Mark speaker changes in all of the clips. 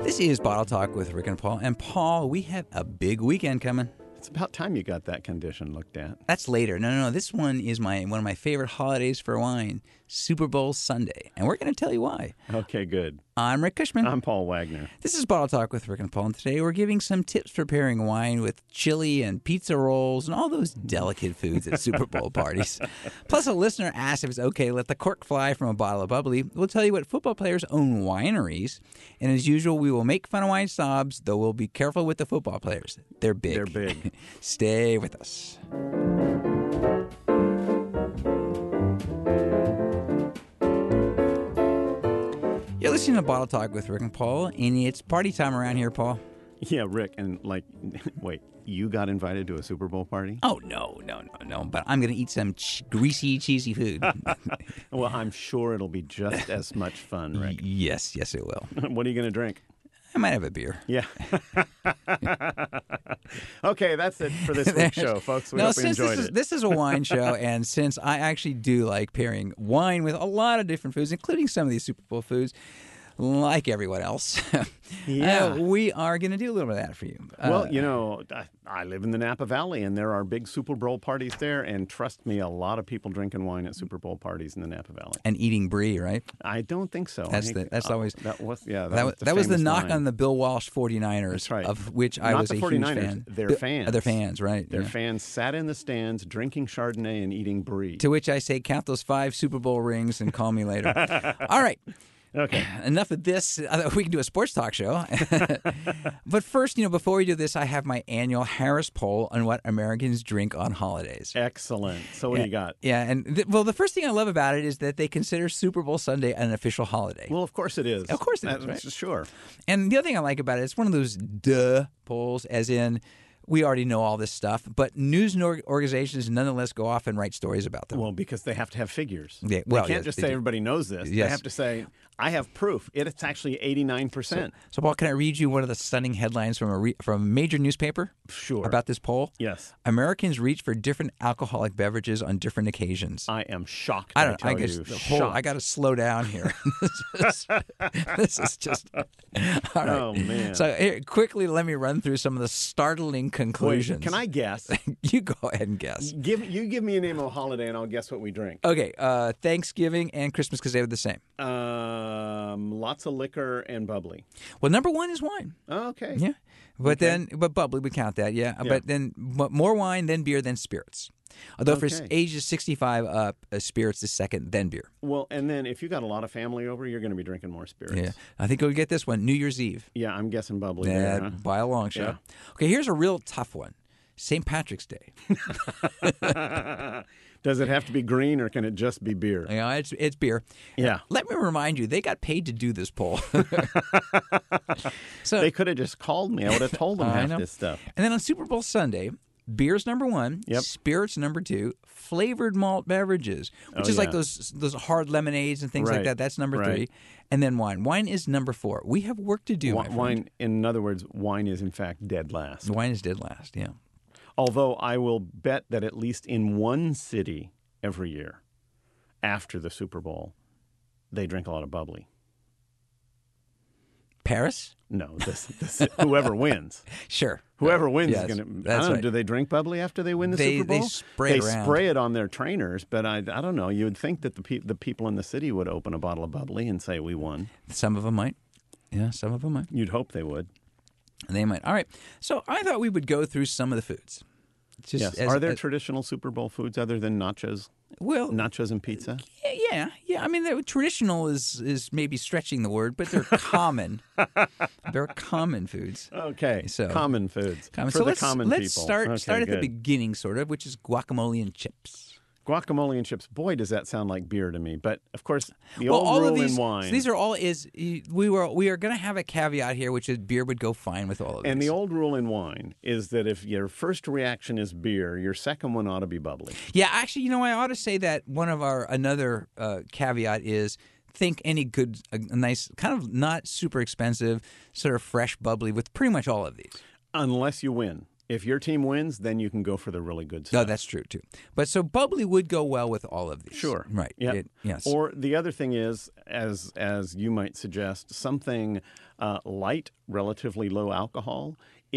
Speaker 1: This is Bottle Talk with Rick and Paul. And Paul, we have a big weekend coming.
Speaker 2: It's about time you got that condition looked at.
Speaker 1: That's later. No, no, no. This one is my one of my favorite holidays for wine, Super Bowl Sunday. And we're going to tell you why.
Speaker 2: Okay, good.
Speaker 1: I'm Rick Cushman.
Speaker 2: I'm Paul Wagner.
Speaker 1: This is Bottle Talk with Rick and Paul, and today we're giving some tips for pairing wine with chili and pizza rolls and all those delicate foods at Super Bowl parties. Plus, a listener asked if it's okay to let the cork fly from a bottle of bubbly. We'll tell you what football players own wineries, and as usual, we will make fun of wine snobs, though we'll be careful with the football players. They're big.
Speaker 2: They're big.
Speaker 1: Stay with us. You're listening to Bottle Talk with Rick and Paul, and it's party time around here, Paul.
Speaker 2: Yeah, Rick, and like, wait, you got invited to a Super Bowl party?
Speaker 1: Oh no, no, no, no! But I'm gonna eat some ch- greasy, cheesy food.
Speaker 2: Well, I'm sure it'll be just as much fun, Rick.
Speaker 1: yes, yes, it will.
Speaker 2: what are you going to drink?
Speaker 1: I might have a beer.
Speaker 2: Yeah. okay, that's it for this week's show, folks. We
Speaker 1: no,
Speaker 2: hope you
Speaker 1: since
Speaker 2: enjoyed
Speaker 1: this is
Speaker 2: it.
Speaker 1: this is a wine show, and since I actually do like pairing wine with a lot of different foods, including some of these Super Bowl foods, like everyone else, uh,
Speaker 2: Yeah.
Speaker 1: we are gonna do a little bit of that for you. Uh,
Speaker 2: well, you know, I, I live in the Napa Valley, and there are big Super Bowl parties there. And trust me, a lot of people drinking wine at Super Bowl parties in the Napa Valley.
Speaker 1: and eating brie, right?
Speaker 2: I don't think so. I
Speaker 1: That's
Speaker 2: think- uh,
Speaker 1: the- that's always-
Speaker 2: that was yeah that,
Speaker 1: That,
Speaker 2: was
Speaker 1: was,
Speaker 2: the
Speaker 1: that was the
Speaker 2: famous
Speaker 1: knock
Speaker 2: line.
Speaker 1: on the Bill Walsh 49ers,
Speaker 2: That's right.
Speaker 1: of which I
Speaker 2: Not
Speaker 1: was
Speaker 2: the
Speaker 1: a
Speaker 2: 49ers,
Speaker 1: huge fan.
Speaker 2: their
Speaker 1: Bill-
Speaker 2: fans.
Speaker 1: uh, Their fans, right.
Speaker 2: Their
Speaker 1: yeah.
Speaker 2: fans sat in the stands drinking Chardonnay and eating brie.
Speaker 1: To which I say, count those five Super Bowl rings and call me later. All right.
Speaker 2: Okay.
Speaker 1: Enough of this. Uh, We can do a sports talk show. but first, you know, before we do this, I have my annual Harris poll on what Americans drink on holidays.
Speaker 2: Excellent. So what do you got?
Speaker 1: Yeah. And th- well, the first thing I love about it is that they consider Super Bowl Sunday an official holiday.
Speaker 2: Well, of course it is.
Speaker 1: Of course it
Speaker 2: it is.
Speaker 1: is, right?
Speaker 2: Sure.
Speaker 1: And the other thing I like about it, it's one of those duh polls, as in, we already know all this stuff, but news and org- organizations nonetheless go off and write stories about them.
Speaker 2: Well, because they have to have figures.
Speaker 1: Yeah, well,
Speaker 2: they can't
Speaker 1: yes,
Speaker 2: just
Speaker 1: they
Speaker 2: say
Speaker 1: do.
Speaker 2: everybody knows this. They
Speaker 1: Yes.
Speaker 2: have to say I have proof. It- It's actually eighty nine percent.
Speaker 1: So, Paul, can I read you one of the stunning headlines from a re- from a major newspaper
Speaker 2: Sure.
Speaker 1: about this poll?
Speaker 2: yes.
Speaker 1: Americans reach for different alcoholic beverages on different occasions.
Speaker 2: I am shocked.
Speaker 1: I don't.
Speaker 2: I,
Speaker 1: I,
Speaker 2: tell
Speaker 1: guess
Speaker 2: you,
Speaker 1: the whole.
Speaker 2: Shocked.
Speaker 1: I got to slow down here. this, is, this is just. All right.
Speaker 2: Oh, man.
Speaker 1: So here, quickly, let me run through some of the startling
Speaker 2: Wait,
Speaker 1: conclusions.
Speaker 2: can I guess?
Speaker 1: You go ahead and guess.
Speaker 2: give you give me a name of a holiday and I'll guess what we drink.
Speaker 1: Okay, uh, Thanksgiving and Christmas because they were the same.
Speaker 2: Um, lots of liquor and bubbly.
Speaker 1: Well, number one is wine.
Speaker 2: Okay.
Speaker 1: Yeah, but then but bubbly we count that. Yeah, but then but more wine, then beer, then spirits. Although for
Speaker 2: Okay.
Speaker 1: ages sixty five up, uh, spirits is second, then beer.
Speaker 2: Well, and then if you got a lot of family over, you're going to be drinking more spirits.
Speaker 1: Yeah, I think we'll get this one. New Year's Eve.
Speaker 2: Yeah, I'm guessing bubbly.
Speaker 1: Yeah,
Speaker 2: there, huh?
Speaker 1: by a long shot. Okay, here's a real tough one. St. Patrick's Day.
Speaker 2: Does it have to be green or can it just be beer?
Speaker 1: You know, it's it's beer.
Speaker 2: Yeah.
Speaker 1: Let me remind you, they got paid to do this poll. so
Speaker 2: They could have just called me. I would have told them
Speaker 1: I
Speaker 2: half
Speaker 1: know.
Speaker 2: this stuff.
Speaker 1: And then on Super Bowl Sunday, beer's number one,
Speaker 2: Yep.
Speaker 1: spirits number two, flavored malt beverages, which
Speaker 2: Oh,
Speaker 1: is like
Speaker 2: yeah.
Speaker 1: those those hard lemonades and things
Speaker 2: Right,
Speaker 1: like that. That's number
Speaker 2: right.
Speaker 1: three, and then wine. Wine is number four. We have work to do. my
Speaker 2: Wi-
Speaker 1: friend.
Speaker 2: Wine, in other words, wine is in fact dead last.
Speaker 1: wine is dead last. Yeah.
Speaker 2: Although I will bet that at least in one city every year after the Super Bowl, they drink a lot of bubbly.
Speaker 1: Paris,
Speaker 2: No, this, this whoever wins,
Speaker 1: sure.
Speaker 2: whoever wins
Speaker 1: Yes,
Speaker 2: is going to. I
Speaker 1: that's
Speaker 2: don't know.
Speaker 1: right.
Speaker 2: Do they drink bubbly after they win the
Speaker 1: They-
Speaker 2: Super
Speaker 1: they
Speaker 2: Bowl?
Speaker 1: spray it around.
Speaker 2: spray it on their trainers, but I, I don't know. You would think that the pe- the people in the city would open a bottle of bubbly and say we won.
Speaker 1: Some of them might. Yeah, some of them might.
Speaker 2: You'd hope they would.
Speaker 1: They might. All right. So I thought we would go through some of the foods. Just
Speaker 2: Yes.
Speaker 1: as-
Speaker 2: Are there
Speaker 1: as-
Speaker 2: traditional Super Bowl foods other than nachos,
Speaker 1: well,
Speaker 2: nachos and pizza?
Speaker 1: Yeah, yeah, yeah. I mean, they're- traditional is is maybe stretching the word, but they're common. they're common foods.
Speaker 2: Okay.
Speaker 1: So-
Speaker 2: common foods
Speaker 1: Common. so
Speaker 2: for the
Speaker 1: let's,
Speaker 2: common
Speaker 1: let's
Speaker 2: people.
Speaker 1: start
Speaker 2: Okay,
Speaker 1: start at
Speaker 2: good.
Speaker 1: the beginning, sort of, which is guacamole and chips.
Speaker 2: Guacamole and chips. Boy, does that sound like beer to me. But of course, the
Speaker 1: well,
Speaker 2: old
Speaker 1: all
Speaker 2: rule
Speaker 1: of these
Speaker 2: in wine.
Speaker 1: these are all is we were we are going to have a caveat here, which is beer would go fine with all of
Speaker 2: and
Speaker 1: these.
Speaker 2: the old rule in wine is that if your first reaction is beer, your second one ought to be bubbly.
Speaker 1: yeah, actually, you know, I ought to say that one of our another uh, caveat is. Think any good, a, a nice, kind of not super expensive, sort of fresh, bubbly with pretty much all of these.
Speaker 2: Unless you win. If your team wins, then you can go for the really good
Speaker 1: No,
Speaker 2: stuff.
Speaker 1: that's true too. But so bubbly would go well with all of these.
Speaker 2: Sure.
Speaker 1: Right.
Speaker 2: Yep.
Speaker 1: It- yes.
Speaker 2: Or the other thing is, as as you might suggest, something uh, light, relatively low alcohol.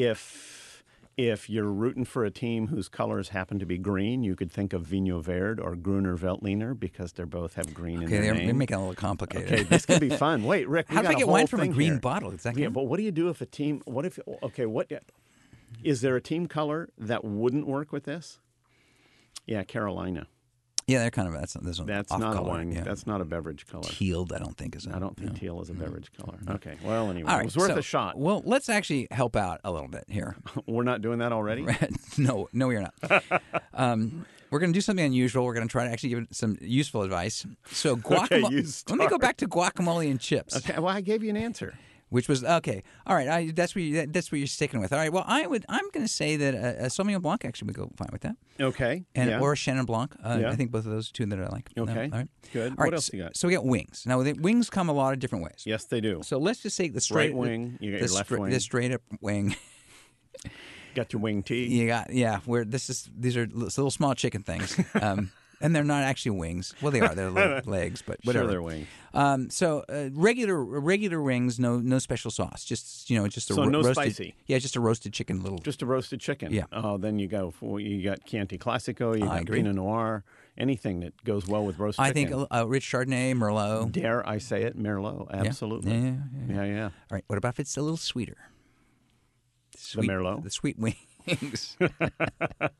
Speaker 2: If if you're rooting for a team whose colors happen to be green, you could think of Vino Verde or Gruner Veltliner because they both have green in
Speaker 1: okay,
Speaker 2: their
Speaker 1: they're,
Speaker 2: name.
Speaker 1: they're making it a little complicated.
Speaker 2: okay, this could be fun. Wait, Rick, we
Speaker 1: How do
Speaker 2: got
Speaker 1: I
Speaker 2: a
Speaker 1: get
Speaker 2: whole
Speaker 1: wine from a
Speaker 2: thing
Speaker 1: green
Speaker 2: here.
Speaker 1: bottle? Exactly.
Speaker 2: Yeah, but what do you do if a team? What if? Okay, what is there a team color that wouldn't work with this? Yeah, Carolina.
Speaker 1: yeah, they're kind of that's that's
Speaker 2: That's
Speaker 1: off
Speaker 2: not
Speaker 1: color.
Speaker 2: a wine.
Speaker 1: Yeah.
Speaker 2: That's not a beverage color.
Speaker 1: tealed. I don't think is.
Speaker 2: I don't think teal is a beverage color. Okay. Well, anyway,
Speaker 1: Mm-hmm. All right,
Speaker 2: it was worth
Speaker 1: so-
Speaker 2: a shot.
Speaker 1: Well, let's actually help out a little bit here.
Speaker 2: We're not doing that already.
Speaker 1: no, no, we are not. um, we're going to do something unusual. We're going to try to actually give it some useful advice. So
Speaker 2: Okay,
Speaker 1: guacamole.
Speaker 2: you
Speaker 1: let me go back to guacamole and chips,
Speaker 2: Okay. Well, I gave you an answer.
Speaker 1: which was okay. All right, I, that's what you, that, that's what you're sticking with. All right. Well, I would. I'm going to say that uh, a Sauvignon Blanc actually would go fine with that,
Speaker 2: Okay.
Speaker 1: and
Speaker 2: yeah.
Speaker 1: or a Chenin Blanc. Uh,
Speaker 2: Yeah.
Speaker 1: I think both of those are two that I like. Uh,
Speaker 2: Okay.
Speaker 1: all right.
Speaker 2: Good.
Speaker 1: All
Speaker 2: what
Speaker 1: right,
Speaker 2: else
Speaker 1: so,
Speaker 2: you got?
Speaker 1: So we got wings. Now the wings come a lot of different ways.
Speaker 2: Yes, they do.
Speaker 1: So let's just take the straight
Speaker 2: wing, you got
Speaker 1: the
Speaker 2: your left
Speaker 1: stra-
Speaker 2: wing.
Speaker 1: the straight up wing.
Speaker 2: got your wing tee.
Speaker 1: You got yeah. Where this is, these are li- little small chicken things, um, and they're not actually wings. Well, they are. They're little legs, but whatever.
Speaker 2: Sure, their wing.
Speaker 1: Um, so uh, regular regular wings, no no special sauce. Just you know, just a
Speaker 2: So
Speaker 1: ro-
Speaker 2: no
Speaker 1: roasted,
Speaker 2: spicy.
Speaker 1: Yeah, just a roasted chicken. Little
Speaker 2: Just a roasted chicken.
Speaker 1: Yeah.
Speaker 2: Oh, then you go. For, you got Chianti Classico. You got
Speaker 1: agree.
Speaker 2: Pinot Noir. Anything that goes well with roasted.
Speaker 1: I think
Speaker 2: chicken.
Speaker 1: a, a rich Chardonnay, Merlot.
Speaker 2: Dare I say it, Merlot? Absolutely.
Speaker 1: Yeah, yeah,
Speaker 2: yeah. yeah.
Speaker 1: All right, what about if it's a little sweeter? Sweet,
Speaker 2: Merlot?
Speaker 1: the sweet wings. I can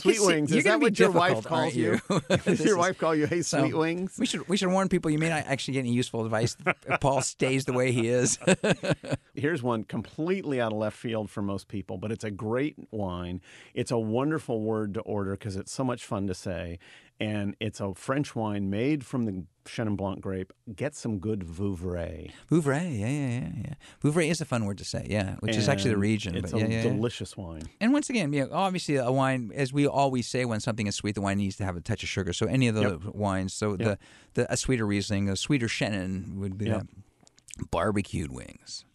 Speaker 2: Sweet
Speaker 1: see-
Speaker 2: wings.
Speaker 1: you're
Speaker 2: Is
Speaker 1: gonna
Speaker 2: that
Speaker 1: be
Speaker 2: what your wife
Speaker 1: difficult, aren't
Speaker 2: calls you? Does
Speaker 1: This
Speaker 2: your
Speaker 1: is-
Speaker 2: wife call you, hey,
Speaker 1: so-
Speaker 2: sweet wings?
Speaker 1: We should we should warn people. You may not actually get any useful advice if Paul stays the way he is.
Speaker 2: Here's one completely out of left field for most people, but it's a great wine. It's a wonderful word to order because it's so much fun to say. And it's a French wine made from the Chenin Blanc grape. Get some good Vouvray.
Speaker 1: Vouvray, yeah, yeah, yeah, yeah. Vouvray is a fun word to say, yeah, which is actually the
Speaker 2: And
Speaker 1: region.
Speaker 2: It's
Speaker 1: but yeah,
Speaker 2: a
Speaker 1: yeah, yeah.
Speaker 2: delicious wine.
Speaker 1: And once again, you know, obviously, a wine, as we always say, when something is sweet, the wine needs to have a touch of sugar. So any of the wines, so the, the a sweeter Riesling, a sweeter Chenin would be
Speaker 2: Yep.
Speaker 1: uh, barbecued wings.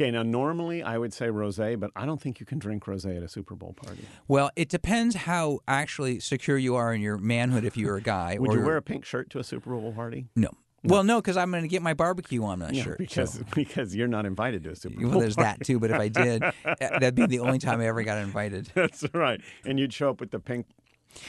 Speaker 2: Okay, now normally I would say rosé, but I don't think you can drink rosé at a Super Bowl party.
Speaker 1: Well, it depends how actually secure you are in your manhood if you're a guy.
Speaker 2: Would
Speaker 1: or
Speaker 2: you wear a pink shirt to a Super Bowl party?
Speaker 1: no? Well, no, because I'm going to get my barbecue on that
Speaker 2: Yeah,
Speaker 1: shirt.
Speaker 2: because
Speaker 1: so-
Speaker 2: because you're not invited to a Super Bowl.
Speaker 1: Well, there's that too, but if I did, that'd be the only time I ever got invited.
Speaker 2: That's right. And you'd show up with the pink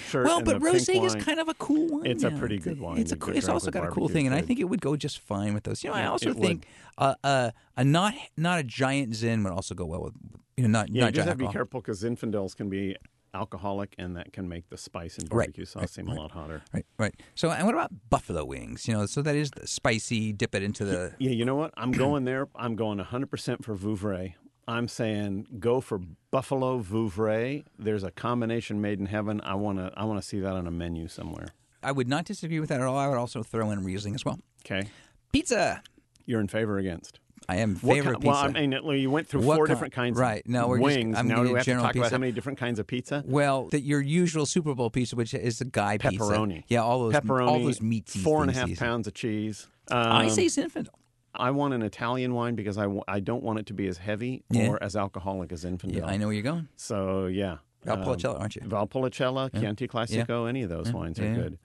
Speaker 2: shirt.
Speaker 1: Well,
Speaker 2: and
Speaker 1: but
Speaker 2: the pink
Speaker 1: rosé is
Speaker 2: wine.
Speaker 1: kind of a cool wine.
Speaker 2: It's a
Speaker 1: now.
Speaker 2: pretty good wine
Speaker 1: It's a
Speaker 2: to
Speaker 1: cool,
Speaker 2: drink
Speaker 1: it's also
Speaker 2: with
Speaker 1: got a cool
Speaker 2: barbecue
Speaker 1: thing, and I
Speaker 2: food.
Speaker 1: think it would go just fine with those. You know, I
Speaker 2: Yeah,
Speaker 1: also
Speaker 2: it would.
Speaker 1: think uh, uh, a not not a giant zin would also go well with you know not
Speaker 2: Yeah, you
Speaker 1: not
Speaker 2: just
Speaker 1: giant
Speaker 2: have to be
Speaker 1: alcohol.
Speaker 2: careful because Zinfandels can be alcoholic, and that can make the spice in
Speaker 1: Right,
Speaker 2: barbecue sauce seem a lot hotter.
Speaker 1: Right, right. So, and what about buffalo wings? You know, so that is the spicy. Dip it into the.
Speaker 2: Yeah, you know what? I'm going there. I'm going 100% for Vouvray. I'm saying go for Buffalo Vouvray. There's a combination made in heaven. I want to I want to see that on a menu somewhere.
Speaker 1: I would not disagree with that at all. I would also throw in Riesling as well.
Speaker 2: Okay.
Speaker 1: Pizza.
Speaker 2: you're in favor or against?
Speaker 1: I am
Speaker 2: What
Speaker 1: favorite
Speaker 2: ki-
Speaker 1: pizza.
Speaker 2: Well, I mean, it- you went through
Speaker 1: What
Speaker 2: four
Speaker 1: kind?
Speaker 2: different kinds
Speaker 1: Right.
Speaker 2: of
Speaker 1: No, we're just-
Speaker 2: wings.
Speaker 1: I'm
Speaker 2: now
Speaker 1: gonna
Speaker 2: do
Speaker 1: do
Speaker 2: we have to
Speaker 1: general
Speaker 2: talk about
Speaker 1: pizza.
Speaker 2: how many different kinds of pizza?
Speaker 1: Well, that your usual Super Bowl pizza, which is the guy pizza,
Speaker 2: Pepperoni.
Speaker 1: yeah, all those
Speaker 2: pepperoni,
Speaker 1: all those meaty
Speaker 2: four and a
Speaker 1: things
Speaker 2: half
Speaker 1: he's-
Speaker 2: pounds of cheese.
Speaker 1: I
Speaker 2: Um,
Speaker 1: say Zinfandel.
Speaker 2: I want an Italian wine because I, w- I don't want it to be as heavy
Speaker 1: Yeah.
Speaker 2: or as alcoholic as Infidel.
Speaker 1: Yeah, I Oh. know where you're going.
Speaker 2: So yeah,
Speaker 1: Valpolicella, aren't you?
Speaker 2: Um, Valpolicella, Chianti Classico, any of those wines are
Speaker 1: Yeah.
Speaker 2: good.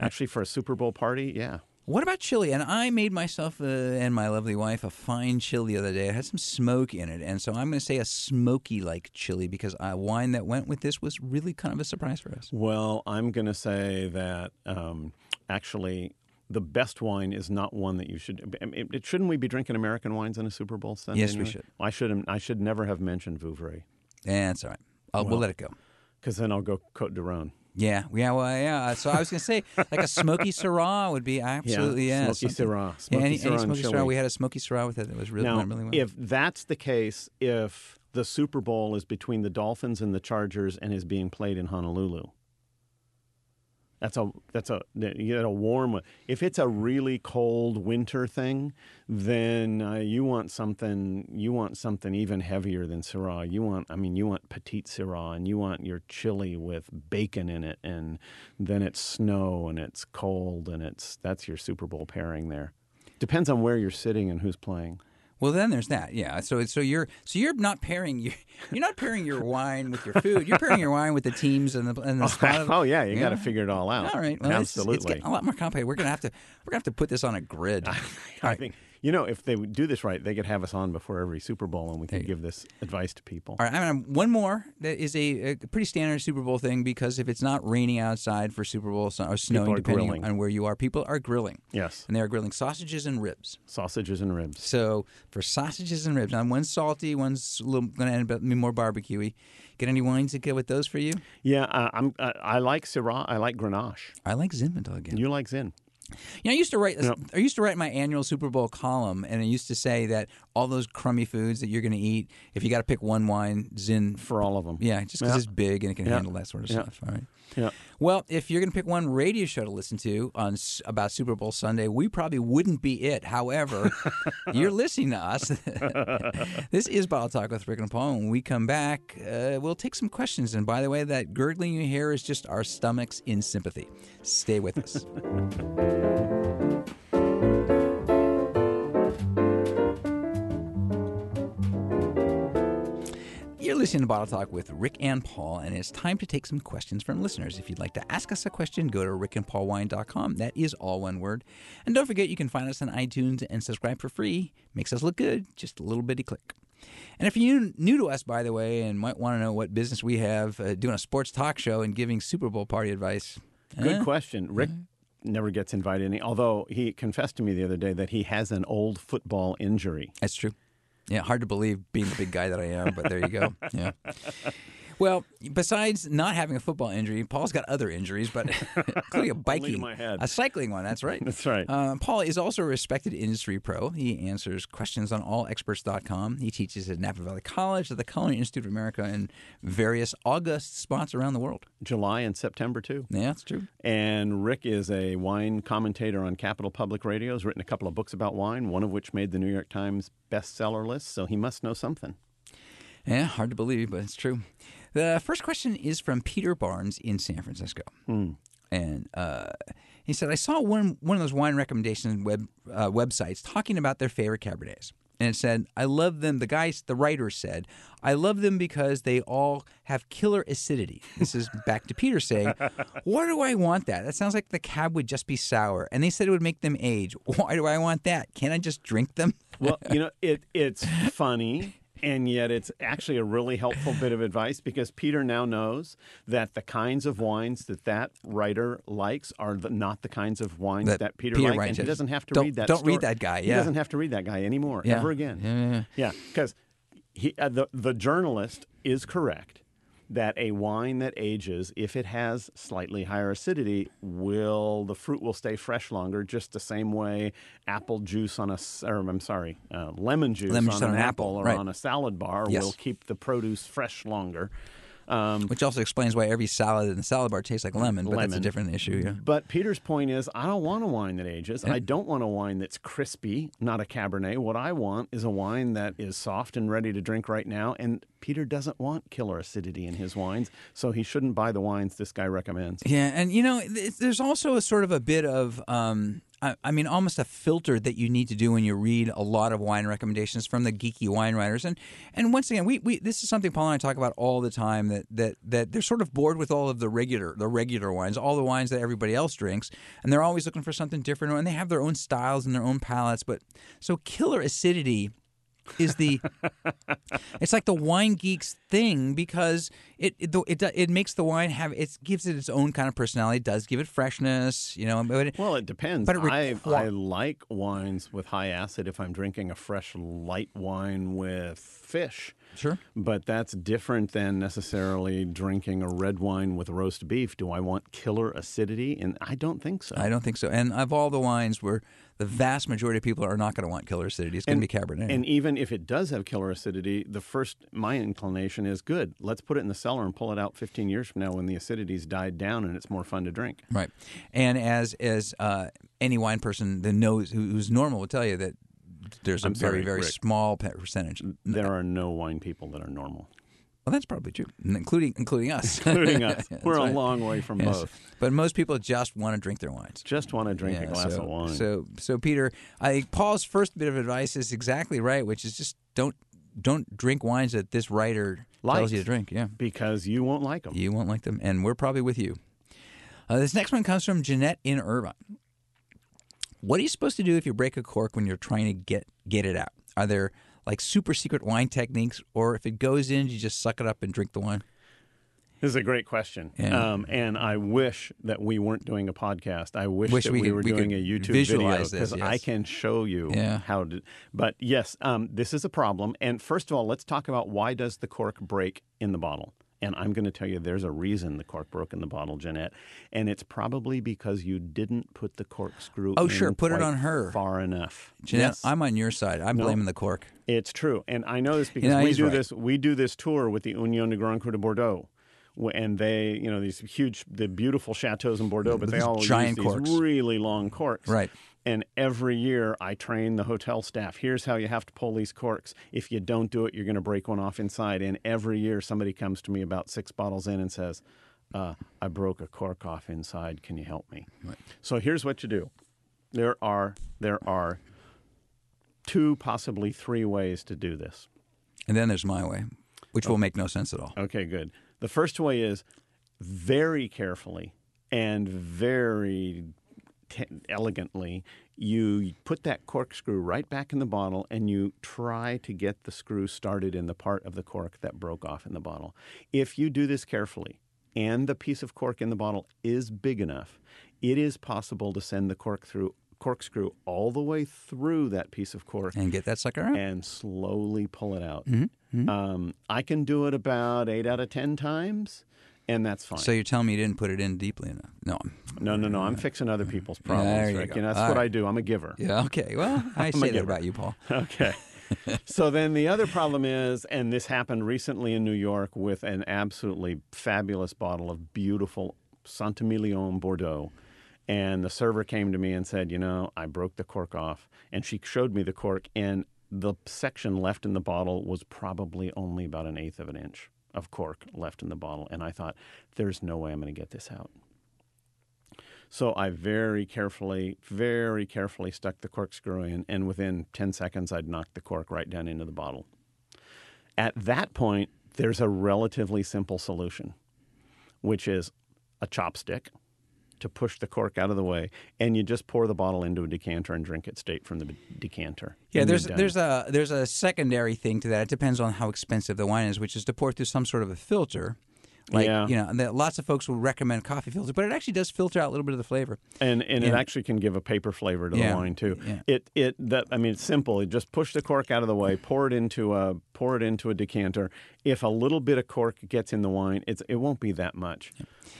Speaker 2: Actually, for a Super Bowl party, yeah.
Speaker 1: What about chili? And I made myself uh, and my lovely wife a fine chili the other day. It had some smoke in it, and so I'm going to say a smoky like chili because a wine that went with this was really kind of a surprise for us.
Speaker 2: Well, I'm going to say that um, actually. The best wine is not one that you should. I mean, It, shouldn't we be drinking American wines on a Super Bowl Sunday?
Speaker 1: Yes, we
Speaker 2: night?
Speaker 1: should.
Speaker 2: I should. I should never have mentioned Vouvray
Speaker 1: Yeah, it's all right. I'll, we'll let it go.
Speaker 2: because then I'll go Cote de Rhone.
Speaker 1: Yeah, yeah, well, yeah. So I was going to say like a smoky Syrah would be absolutely yeah,
Speaker 2: Smoky
Speaker 1: something-
Speaker 2: Syrah.
Speaker 1: Yeah,
Speaker 2: Smoky
Speaker 1: any, any
Speaker 2: Syrah and
Speaker 1: smoky
Speaker 2: chili.
Speaker 1: Syrah. We had a smoky Syrah with it that was really
Speaker 2: Now,
Speaker 1: went really well.
Speaker 2: if that's the case, if the Super Bowl is between the Dolphins and the Chargers and is being played in Honolulu, that's a that's a you get a warm one. If it's a really cold winter thing, then uh, you want something you want something even heavier than Syrah. You want I mean you want petite Syrah and you want your chili with bacon in it, and then it's snow and it's cold and it's that's your Super Bowl pairing there. Depends on where you're sitting and who's playing.
Speaker 1: Well, then there's that. Yeah. So so you're so you're not pairing your you're not pairing your wine with your food. You're pairing your wine with the teams and the and the spot.
Speaker 2: oh yeah, you got to figure it all out.
Speaker 1: All right. Well, this is-
Speaker 2: absolutely.
Speaker 1: It's, getting a lot more complicated. We're gonna have to we're gonna have to put this on a grid. All
Speaker 2: I
Speaker 1: right.
Speaker 2: think you know if they would do this right, they could have us on before every Super Bowl, and we could give this advice to people.
Speaker 1: All right, I'm gonna- one more that is a, a pretty standard Super Bowl thing because if it's not raining outside for Super Bowl so- or snowing,
Speaker 2: are
Speaker 1: depending
Speaker 2: grilling.
Speaker 1: on where you are, people are grilling,
Speaker 2: Yes,
Speaker 1: and they are grilling sausages and ribs.
Speaker 2: sausages and ribs.
Speaker 1: So for sausages and ribs, now one's salty, one's a little going to end up being more barbecuey. Get any wines to go with those for you?
Speaker 2: Yeah, uh, I'm. Uh, I like Syrah. I like Grenache.
Speaker 1: I like Zinfandel again.
Speaker 2: You like Zin.
Speaker 1: You know, I used to write. I used to write my annual Super Bowl column, and I used to say that all those crummy foods that you're going to eat, if you got to pick one wine, Zin.
Speaker 2: for all of them.
Speaker 1: Yeah, just because
Speaker 2: Yeah.
Speaker 1: it's big and it can
Speaker 2: Yeah.
Speaker 1: handle that sort of
Speaker 2: Yeah.
Speaker 1: stuff. All right.
Speaker 2: Yeah.
Speaker 1: Well, if you're going to pick one radio show to listen to on s- about Super Bowl Sunday, we probably wouldn't be it. However, you're listening to us. this is Bottle Talk with Rick and Paul. When we come back, uh, we'll take some questions. And by the way, that gurgling you hear is just our stomachs in sympathy. Stay with us. You're listening to Bottle Talk with Rick and Paul, and it's time to take some questions from listeners. If you'd like to ask us a question, go to rickandpaulwine.com. That is all one word. And don't forget, you can find us on iTunes and subscribe for free. Makes us look good, just a little bitty click. And if you're new to us, by the way, and might want to know what business we have uh, doing a sports talk show and giving Super Bowl party advice,
Speaker 2: Good question. Rick never gets invited any, although he confessed to me the other day that he has an old football injury.
Speaker 1: That's true. Yeah, hard to believe being the big guy that I am, but there you go. Yeah. Well, besides not having a football injury, Paul's got other injuries, but including a biking,
Speaker 2: my head.
Speaker 1: a cycling one. That's right.
Speaker 2: That's right.
Speaker 1: Uh, Paul is also a respected industry pro. He answers questions on allexperts.com. He teaches at Napa Valley College, at the Culinary Institute of America, and various August spots around the world.
Speaker 2: July and September too.
Speaker 1: Yeah, that's true.
Speaker 2: And Rick is a wine commentator on Capital Public Radio. Has written a couple of books about wine, one of which made the New York Times bestseller list. So he must know something.
Speaker 1: Yeah, Eh, hard to believe, but it's true. The first question is from Peter Barnes in San Francisco, and uh, he said, "I saw one one of those wine recommendation web uh, websites talking about their favorite cabernets, and it said, I love them. The guys, the writers said, I love them because they all have killer acidity. This is back to Peter saying, why do I want that? That sounds like the cab would just be sour, and they said it would make them age. Why do I want that? Can't I just drink them?"
Speaker 2: Well, you know, it it's funny. And yet, it's actually a really helpful bit of advice because Peter now knows that the kinds of wines that that writer likes are the, not the kinds of wines
Speaker 1: That
Speaker 2: that, Peter,
Speaker 1: Peter
Speaker 2: likes,
Speaker 1: writes.
Speaker 2: and he doesn't have to
Speaker 1: Don't-
Speaker 2: read that.
Speaker 1: don't read
Speaker 2: story-
Speaker 1: that guy,
Speaker 2: he
Speaker 1: yeah.
Speaker 2: doesn't have to read that guy anymore,
Speaker 1: Yeah.
Speaker 2: ever again.
Speaker 1: Yeah, yeah, yeah.
Speaker 2: Yeah, because he uh, the the journalist is correct that a wine that ages, if it has slightly higher acidity, will the fruit will stay fresh longer. Just the same way apple juice on a s- or I'm sorry, uh, lemon juice
Speaker 1: Lemon
Speaker 2: on
Speaker 1: juice on
Speaker 2: an
Speaker 1: an
Speaker 2: apple,
Speaker 1: apple,
Speaker 2: or
Speaker 1: right.
Speaker 2: on a salad bar
Speaker 1: Yes.
Speaker 2: will keep the produce fresh longer. Um,
Speaker 1: Which also explains why every salad in the salad bar tastes like lemon, but that's a
Speaker 2: Lemon. Mm-hmm.
Speaker 1: different issue. Yeah.
Speaker 2: But Peter's point is, I don't want a wine that ages. I don't want a wine that's crispy, not a Cabernet. What I want is a wine that is soft and ready to drink right now. And Peter doesn't want killer acidity in his wines, so he shouldn't buy the wines this guy recommends.
Speaker 1: Yeah, and you know, th- there's also a sort of a bit of, um, I, I mean, almost a filter that you need to do when you read a lot of wine recommendations from the geeky wine writers. And and once again, we, we this is something Paul and I talk about all the time that that that they're sort of bored with all of the regular the regular wines, all the wines that everybody else drinks, and they're always looking for something different. And they have their own styles and their own palates. But so killer acidity is the it's like the wine geeks thing because it it the- it, do- it makes the wine have it gives it its own kind of personality. It does give it freshness, you know. But it,
Speaker 2: Well, it depends.
Speaker 1: But it
Speaker 2: I,
Speaker 1: requi-
Speaker 2: I like wines with high acid if I'm drinking a fresh, light wine with fish.
Speaker 1: sure,
Speaker 2: But that's different than necessarily drinking a red wine with roast beef. Do I want killer acidity? And I don't think so.
Speaker 1: I don't think so. And of all the wines, where the vast majority of people are not going to want killer acidity, it's going to be Cabernet.
Speaker 2: And even if it does have killer acidity, the first my inclination is good. Let's put it in the cellar and pull it out 15 years from now when the acidity's died down and it's more fun to drink.
Speaker 1: Right, and as as uh, any wine person that knows who, who's normal will tell you that there's a
Speaker 2: I'm
Speaker 1: very
Speaker 2: sorry,
Speaker 1: very
Speaker 2: Rick.
Speaker 1: small pe- percentage.
Speaker 2: There are no wine people that are normal.
Speaker 1: Well, that's probably true, and including including us.
Speaker 2: including us.
Speaker 1: That's
Speaker 2: We're
Speaker 1: right.
Speaker 2: a long way from
Speaker 1: Yes.
Speaker 2: both.
Speaker 1: But most people just want to drink their wines.
Speaker 2: Just want to drink a
Speaker 1: Yeah,
Speaker 2: glass
Speaker 1: so,
Speaker 2: of wine.
Speaker 1: So, so Peter, I think Paul's first bit of advice is exactly right, which is just don't don't drink wines that this writer tells
Speaker 2: Likes.
Speaker 1: you to drink. Yeah,
Speaker 2: because you won't like them.
Speaker 1: you won't like them, and we're probably with you. Uh, this next one comes from Jeanette in Irvine. What are you supposed to do if you break a cork when you're trying to get get it out? Are there like super secret wine techniques, or if it goes in, you just suck it up and drink the wine?
Speaker 2: This is a great question.
Speaker 1: Yeah.
Speaker 2: Um, and I wish that we weren't doing a podcast. I wish,
Speaker 1: Wish
Speaker 2: that
Speaker 1: we
Speaker 2: we,
Speaker 1: could-
Speaker 2: were
Speaker 1: we could
Speaker 2: doing a YouTube video
Speaker 1: visualize this,
Speaker 2: because I
Speaker 1: yes.
Speaker 2: can show you
Speaker 1: Yeah.
Speaker 2: how to. But yes, um, this is a problem. And first of all, let's talk about why does the cork break in the bottle? And I'm going to tell you there's a reason the cork broke in the bottle, Jeanette. And it's probably because you didn't put the corkscrew
Speaker 1: Oh,
Speaker 2: in
Speaker 1: sure. Put it
Speaker 2: quite
Speaker 1: on her.
Speaker 2: far enough.
Speaker 1: Jeanette,
Speaker 2: Yes.
Speaker 1: I'm on your side. I'm blaming the cork.
Speaker 2: It's true, and I know this because
Speaker 1: know,
Speaker 2: we
Speaker 1: he's
Speaker 2: do
Speaker 1: right.
Speaker 2: this. We do this tour with the Union de Grand Cru de Bordeaux, wh- and they, you know, these huge, the beautiful chateaus in Bordeaux, but they
Speaker 1: These
Speaker 2: all
Speaker 1: giant
Speaker 2: use
Speaker 1: corks.
Speaker 2: these really long corks.
Speaker 1: Right.
Speaker 2: And every year, I train the hotel staff. Here's how you have to pull these corks. If you don't do it, you're going to break one off inside. And every year, somebody comes to me about six bottles in and says, uh, "I broke a cork off inside. Can you help me?" So here's what you do. There are there are two, possibly three ways to do this.
Speaker 1: And then there's my way, which
Speaker 2: Oh.
Speaker 1: will make no sense at all.
Speaker 2: Okay, good. The first way is very carefully and very te- elegantly, you put that corkscrew right back in the bottle and you try to get the screw started in the part of the cork that broke off in the bottle. If you do this carefully and the piece of cork in the bottle is big enough, it is possible to send the cork through corkscrew all the way through that piece of cork
Speaker 1: And get that sucker out.
Speaker 2: and slowly pull it out.
Speaker 1: Mm-hmm.
Speaker 2: Um, I can do it about eight out of ten times, and that's fine.
Speaker 1: So you're telling me you didn't put it in deeply enough? No.
Speaker 2: no, no, no. I'm fixing other people's
Speaker 1: Mm-hmm. There
Speaker 2: problems,
Speaker 1: you
Speaker 2: Rick.
Speaker 1: go.
Speaker 2: You know, that's
Speaker 1: All
Speaker 2: what
Speaker 1: right.
Speaker 2: I do. I'm a giver.
Speaker 1: Yeah. Okay. Well, I say that
Speaker 2: giver.
Speaker 1: about you, Paul.
Speaker 2: Okay. so then the other problem is, and this happened recently in New York with an absolutely fabulous bottle of beautiful Santamilion Bordeaux. And the server came to me and said, You know, I broke the cork off. And she showed me the cork, and the section left in the bottle was probably only about an eighth of an inch of cork left in the bottle. And I thought, There's no way I'm going to get this out. So I very carefully, very carefully stuck the corkscrew in, and within 10 seconds, I'd knocked the cork right down into the bottle. At that point, there's a relatively simple solution, which is a chopstick to push the cork out of the way, and you just pour the bottle into a decanter and drink it straight from the decanter.
Speaker 1: Yeah,
Speaker 2: And
Speaker 1: there's
Speaker 2: you're done.
Speaker 1: there's a there's a secondary thing to that. It depends on how expensive the wine is, which is to pour through some sort of a filter. Like
Speaker 2: Yeah.
Speaker 1: you know, and that lots of folks will recommend coffee filter, but it actually does filter out a little bit of the flavor.
Speaker 2: and and it
Speaker 1: Yeah.
Speaker 2: actually can give a paper flavor to
Speaker 1: Yeah.
Speaker 2: the wine too.
Speaker 1: Yeah.
Speaker 2: It it that I mean it's simple. You just push the cork out of the way, pour it into a pour it into a decanter. If a little bit of cork gets in the wine, it's it won't be that much.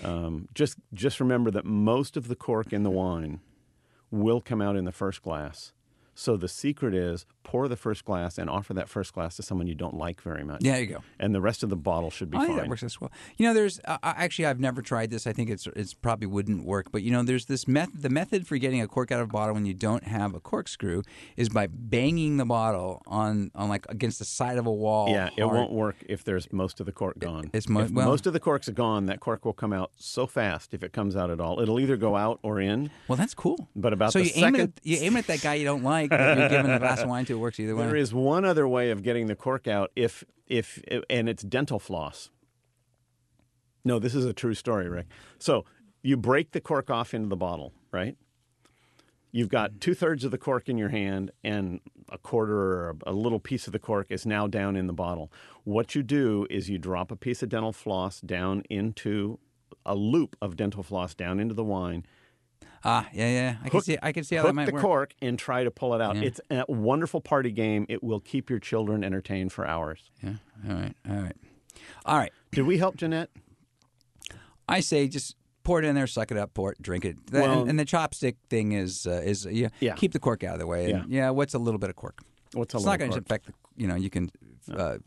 Speaker 2: Um, just just remember that most of the cork in the wine will come out in the first glass. So the secret is pour the first glass and offer that first glass to someone you don't like very much.
Speaker 1: Yeah, Oh, there you go.
Speaker 2: And the rest of the bottle should be
Speaker 1: I
Speaker 2: fine.
Speaker 1: think that works as well. You know, there's uh, actually I've never tried this. I think it's it's probably wouldn't work. But you know, there's this method. The method for getting a cork out of a bottle when you don't have a corkscrew is by banging the bottle on on like against the side of a wall.
Speaker 2: Yeah, it
Speaker 1: hard.
Speaker 2: won't work if there's most of the cork gone.
Speaker 1: it's mo-
Speaker 2: if
Speaker 1: well-
Speaker 2: most of the corks are gone, that cork will come out so fast if it comes out at all. It'll either go out or in.
Speaker 1: Well, that's cool.
Speaker 2: But about
Speaker 1: so
Speaker 2: the
Speaker 1: you aim it at,
Speaker 2: second-
Speaker 1: you aim it at that guy you don't like. that you're giving a glass of wine to. It works either way.
Speaker 2: There is one other way of getting the cork out if if and it's dental floss. No, this is a true story, Rick. So you break the cork off into the bottle, right? You've got two thirds of the cork in your hand, and a quarter or a little piece of the cork is now down in the bottle. What you do is you drop a piece of dental floss down into a loop of dental floss down into the wine,
Speaker 1: Ah, yeah, yeah. I can
Speaker 2: Hook-
Speaker 1: see. I can see how that
Speaker 2: hook
Speaker 1: might
Speaker 2: the
Speaker 1: work.
Speaker 2: cork and try to pull it out.
Speaker 1: Yeah.
Speaker 2: It's a wonderful party game. It will keep your children entertained for hours.
Speaker 1: Yeah. All right. All right. All right.
Speaker 2: Did we help Jeanette?
Speaker 1: I say just pour it in there, suck it up, pour it, drink it. Th-
Speaker 2: Well-
Speaker 1: and, and the chopstick thing is uh, is uh, yeah,
Speaker 2: Yeah.
Speaker 1: Keep the cork out of the way. And, yeah. What's a little bit of cork?
Speaker 2: What's a
Speaker 1: it's
Speaker 2: little
Speaker 1: not going to
Speaker 2: cork?
Speaker 1: affect the. You know, you can uh,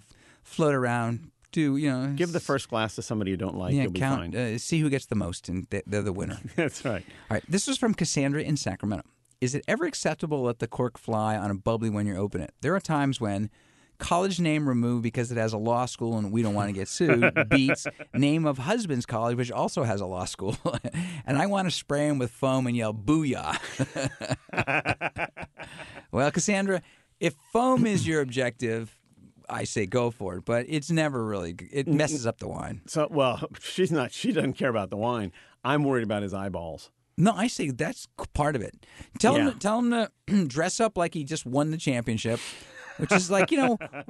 Speaker 1: float around. Do you know?
Speaker 2: Give the first glass to somebody you don't like.
Speaker 1: Yeah,
Speaker 2: You'll be
Speaker 1: count.
Speaker 2: fine.
Speaker 1: Uh, see who gets the most, and they, they're the winner.
Speaker 2: That's right.
Speaker 1: All right, this was from Cassandra in Sacramento. Is it ever acceptable to let the cork fly on a bubbly when you open it? There are times when college name removed because it has a law school and we don't want to get sued beats name of husband's college, which also has a law school. and I want to spray him with foam and yell, booyah. well, Cassandra, if foam is your objective, I say go for it, but it's never really, it messes up the wine.
Speaker 2: So, well, she's not. She doesn't care about the wine. I'm worried about his eyeballs.
Speaker 1: No, I say that's part of it. Tell
Speaker 2: Yeah.
Speaker 1: him, tell him to dress up like he just won the championship, which is like you know, uh,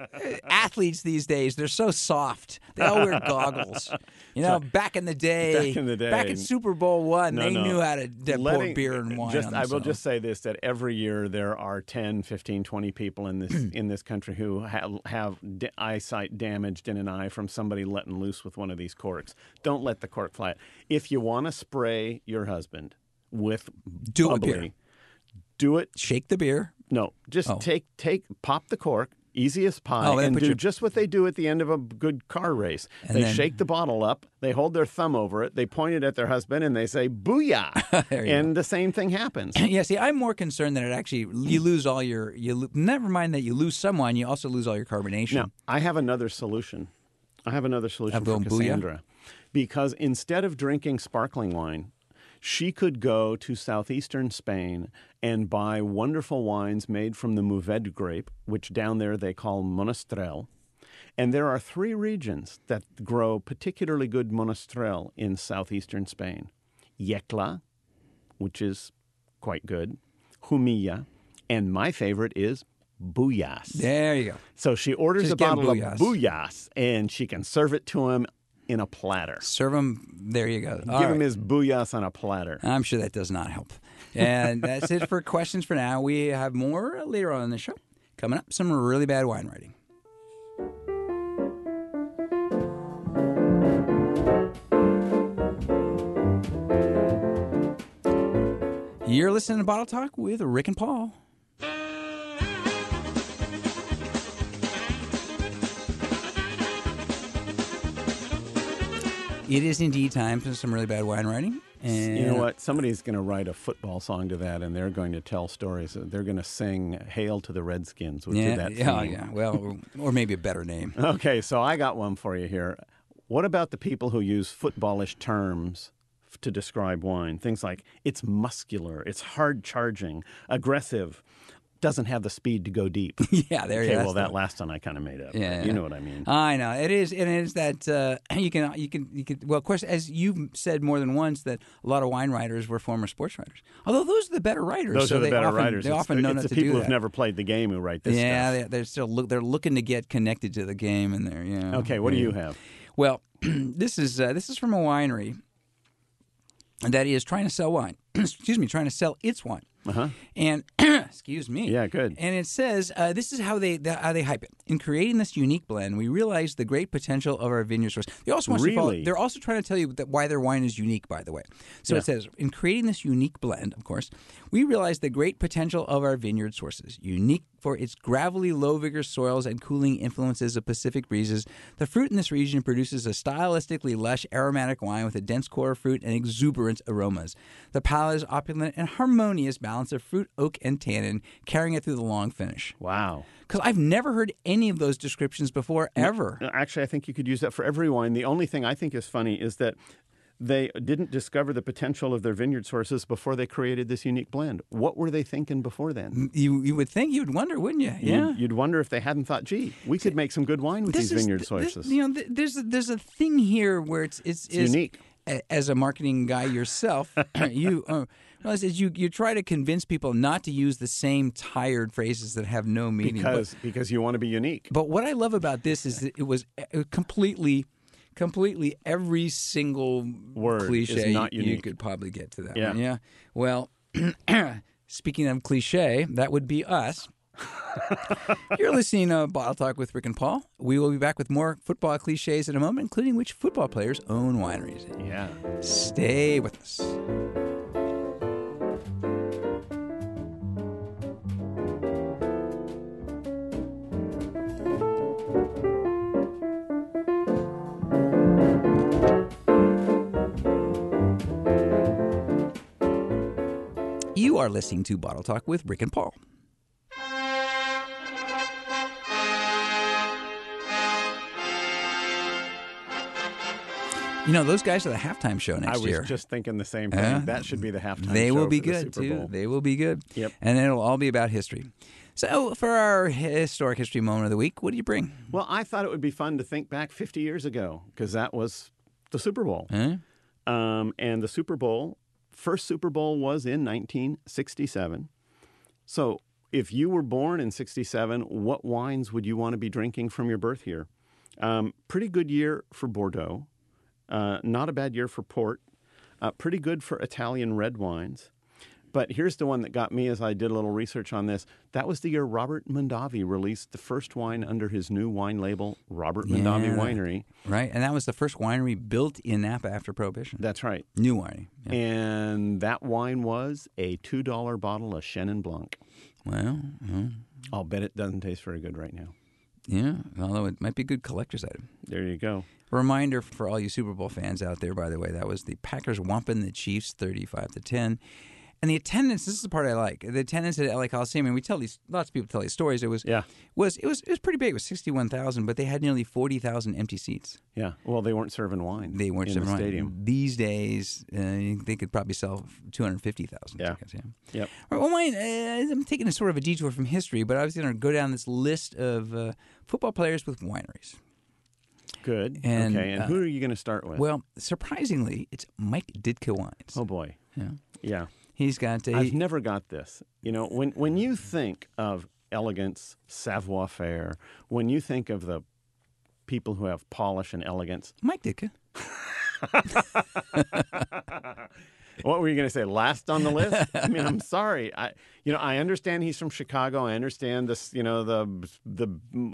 Speaker 1: athletes these days they're so soft. They all wear goggles. You know, back in the day,
Speaker 2: Back in the day.
Speaker 1: back in Super Bowl one,
Speaker 2: No,
Speaker 1: they
Speaker 2: no.
Speaker 1: knew how to, to pour
Speaker 2: Letting- uh,
Speaker 1: beer and wine.
Speaker 2: Just,
Speaker 1: on
Speaker 2: I will
Speaker 1: themselves.
Speaker 2: just say this: that every year there are 10, 15, 20 people in this in this country who have, have d- eyesight damaged in an eye from somebody letting loose with one of these corks. Don't let the cork fly. If you want to spray your husband with
Speaker 1: Do it with
Speaker 2: bubbly,
Speaker 1: beer.
Speaker 2: do it
Speaker 1: shake the beer.
Speaker 2: No, just take take pop the cork, easiest pie,
Speaker 1: Oh, and then
Speaker 2: and
Speaker 1: put
Speaker 2: do
Speaker 1: your-
Speaker 2: just what they do at the end of a good car race.
Speaker 1: And
Speaker 2: they
Speaker 1: then-
Speaker 2: shake the bottle up, they hold their thumb over it, they point it at their husband, and they say "booyah,"
Speaker 1: There you
Speaker 2: and the same thing happens.
Speaker 1: yeah, see, I'm more concerned that it actually you
Speaker 2: Mm.
Speaker 1: lose all your you. Lo- never mind that you lose some wine, you also lose all your carbonation.
Speaker 2: Now, I have another solution. I have another solution
Speaker 1: Have
Speaker 2: for
Speaker 1: going booyah?
Speaker 2: Cassandra, because instead of drinking sparkling wine. She could go to southeastern Spain and buy wonderful wines made from the Mourvèdre grape, which down there they call Monastrell. And there are three regions that grow particularly good monastrell in southeastern Spain Yecla, which is quite good, Humilla, and my favorite is Buyas.
Speaker 1: There you go.
Speaker 2: So she orders
Speaker 1: She's
Speaker 2: a bottle
Speaker 1: getting booyahs.
Speaker 2: of booyahs and she can serve it to him in a platter.
Speaker 1: Serve him. There you go. All
Speaker 2: Give him
Speaker 1: right.
Speaker 2: his booyahs on a platter.
Speaker 1: I'm sure that does not help. And that's it for questions for now. We have more later on in the show. Coming up, some really bad wine writing. You're listening to Bottle Talk with Rick and Paul. It is indeed time for some really bad wine writing. And
Speaker 2: You know what? Somebody's going to write a football song to that and they're going to tell stories. They're going to sing Hail to the Redskins, which
Speaker 1: Yeah,
Speaker 2: is that
Speaker 1: yeah, oh,
Speaker 2: theme.
Speaker 1: yeah. Well, or maybe a better name.
Speaker 2: Okay, so I got one for you here. What about the people who use footballish terms f- to describe wine? Things like it's muscular, it's hard charging, aggressive, doesn't have the speed to go deep.
Speaker 1: yeah, there you
Speaker 2: okay,
Speaker 1: go.
Speaker 2: well, that last one I kind of made up.
Speaker 1: Yeah,
Speaker 2: but you
Speaker 1: yeah.
Speaker 2: know what I mean.
Speaker 1: I know it is, and it is that uh, you can you can you can. Well, of course, as you've said more than once, that a lot of wine writers were former sports writers. Although those are the better writers.
Speaker 2: Those
Speaker 1: so
Speaker 2: are the
Speaker 1: they
Speaker 2: better
Speaker 1: often,
Speaker 2: writers.
Speaker 1: They
Speaker 2: it's
Speaker 1: often
Speaker 2: the,
Speaker 1: know
Speaker 2: it's
Speaker 1: not
Speaker 2: the
Speaker 1: to
Speaker 2: people
Speaker 1: do
Speaker 2: who've
Speaker 1: that.
Speaker 2: never played the game who write this
Speaker 1: yeah,
Speaker 2: stuff.
Speaker 1: they, they're still look. They're looking to get connected to the game, and they're yeah.
Speaker 2: Okay, what do you have?
Speaker 1: Well, this is uh, this is from a winery that is trying to sell wine. excuse me, trying to sell its wine.
Speaker 2: Uh-huh.
Speaker 1: And excuse me.
Speaker 2: Yeah, good.
Speaker 1: And it says uh, this is how they the, how they hype it. In creating this unique blend, we realize the great potential of our vineyard source. They also want you to follow-
Speaker 2: Really?
Speaker 1: they're also trying to tell you that why their wine is unique. By the way, so it says in creating this unique blend, of course, we realize the great potential of our vineyard sources. Unique for its gravelly, low vigor soils and cooling influences of Pacific breezes, the fruit in this region produces a stylistically lush, aromatic wine with a dense core of fruit and exuberant aromas. The palate is opulent and harmonious balance of fruit, oak, and tannin, carrying it through the long finish.
Speaker 2: Wow.
Speaker 1: Because I've never heard any of those descriptions before, ever.
Speaker 2: No, Actually, I think you could use that for every wine. The only thing I think is funny is that they didn't discover the potential of their vineyard sources before they created this unique blend. What were they thinking before then?
Speaker 1: You you would think you'd wonder, wouldn't you? Yeah.
Speaker 2: You'd, you'd wonder if they hadn't thought, gee, we could make some good wine with
Speaker 1: This
Speaker 2: these
Speaker 1: is-
Speaker 2: vineyard
Speaker 1: th-
Speaker 2: sources.
Speaker 1: This, you know, th- there's a, there's a thing here where it's it's, is-
Speaker 2: unique.
Speaker 1: a- As a marketing guy yourself, you uh, realize is you you try to convince people not to use the same tired phrases that have no meaning. But-
Speaker 2: because, because you want to be unique.
Speaker 1: but what I love about this is that it was uh, completely, completely every single
Speaker 2: Word is
Speaker 1: cliche
Speaker 2: not
Speaker 1: you- you
Speaker 2: unique.
Speaker 1: could probably get to that.
Speaker 2: Yeah.
Speaker 1: one. yeah. Well, speaking of cliche, that would be us. You're listening to Bottle Talk with Rick and Paul. We will be back with more football cliches in a moment, including which football players own wineries.
Speaker 2: Yeah.
Speaker 1: Stay with us. You are listening to Bottle Talk with Rick and Paul. You know, those guys are the halftime show next
Speaker 2: I was
Speaker 1: year.
Speaker 2: just thinking the same thing.
Speaker 1: Yeah.
Speaker 2: that should be the halftime.
Speaker 1: they
Speaker 2: show
Speaker 1: will be
Speaker 2: for the
Speaker 1: good
Speaker 2: Super
Speaker 1: too.
Speaker 2: Bowl.
Speaker 1: They will be good.
Speaker 2: Yep.
Speaker 1: And it'll all be about history. So, for our historic history moment of the week, what do you bring?
Speaker 2: Well, I thought it would be fun to think back 50 years ago because that was the Super Bowl.
Speaker 1: Huh?
Speaker 2: Um, and the Super Bowl, first Super Bowl was in 1967. So if you were born in 67, what wines would you want to be drinking from your birth year? Um, pretty good year for Bordeaux. Uh, not a bad year for port. Uh, pretty good for Italian red wines. But here's the one that got me as I did a little research on this. That was the year Robert Mondavi released the first wine under his new wine label, Robert Mondavi
Speaker 1: Yeah.
Speaker 2: Winery.
Speaker 1: Right? And that was the first winery built in Napa after Prohibition.
Speaker 2: That's right.
Speaker 1: New winery. Yeah.
Speaker 2: And that wine was a $2 bottle of Chenin Blanc.
Speaker 1: Well, well,
Speaker 2: I'll bet it doesn't taste very good right now.
Speaker 1: yeah. Although it might be a good collector's item.
Speaker 2: There you go.
Speaker 1: Reminder for all you Super Bowl fans out there, by the way, that was the Packers whumping the Chiefs 35 to 10. And the attendance, this is the part I like. The attendance at LA Coliseum, and we tell these lots of people tell these stories. It was
Speaker 2: Yeah.
Speaker 1: was it was it was pretty big. It was sixty one thousand, but they had nearly forty thousand empty seats.
Speaker 2: Yeah. Well, they weren't serving wine.
Speaker 1: They weren't
Speaker 2: in
Speaker 1: serving
Speaker 2: the
Speaker 1: wine.
Speaker 2: stadium.
Speaker 1: These days, uh, they could probably sell two hundred fifty thousand
Speaker 2: Yeah.
Speaker 1: tickets. Yeah.
Speaker 2: Yep.
Speaker 1: All right, well, Wayne, uh, I'm taking a sort of a detour from history, but I was going to go down this list of uh, football players with wineries.
Speaker 2: Good.
Speaker 1: And,
Speaker 2: okay. And
Speaker 1: uh,
Speaker 2: who are you going to start with?
Speaker 1: Well, surprisingly, it's Mike Ditka wines.
Speaker 2: oh boy.
Speaker 1: Yeah.
Speaker 2: Yeah.
Speaker 1: He's got a,
Speaker 2: I've never got this. You know, when when you think of elegance, savoir faire, when you think of the people who have polish and elegance,
Speaker 1: Mike Ditka.
Speaker 2: what were you going to say last on the list i mean i'm sorry i you know i understand he's from chicago i understand this you know the the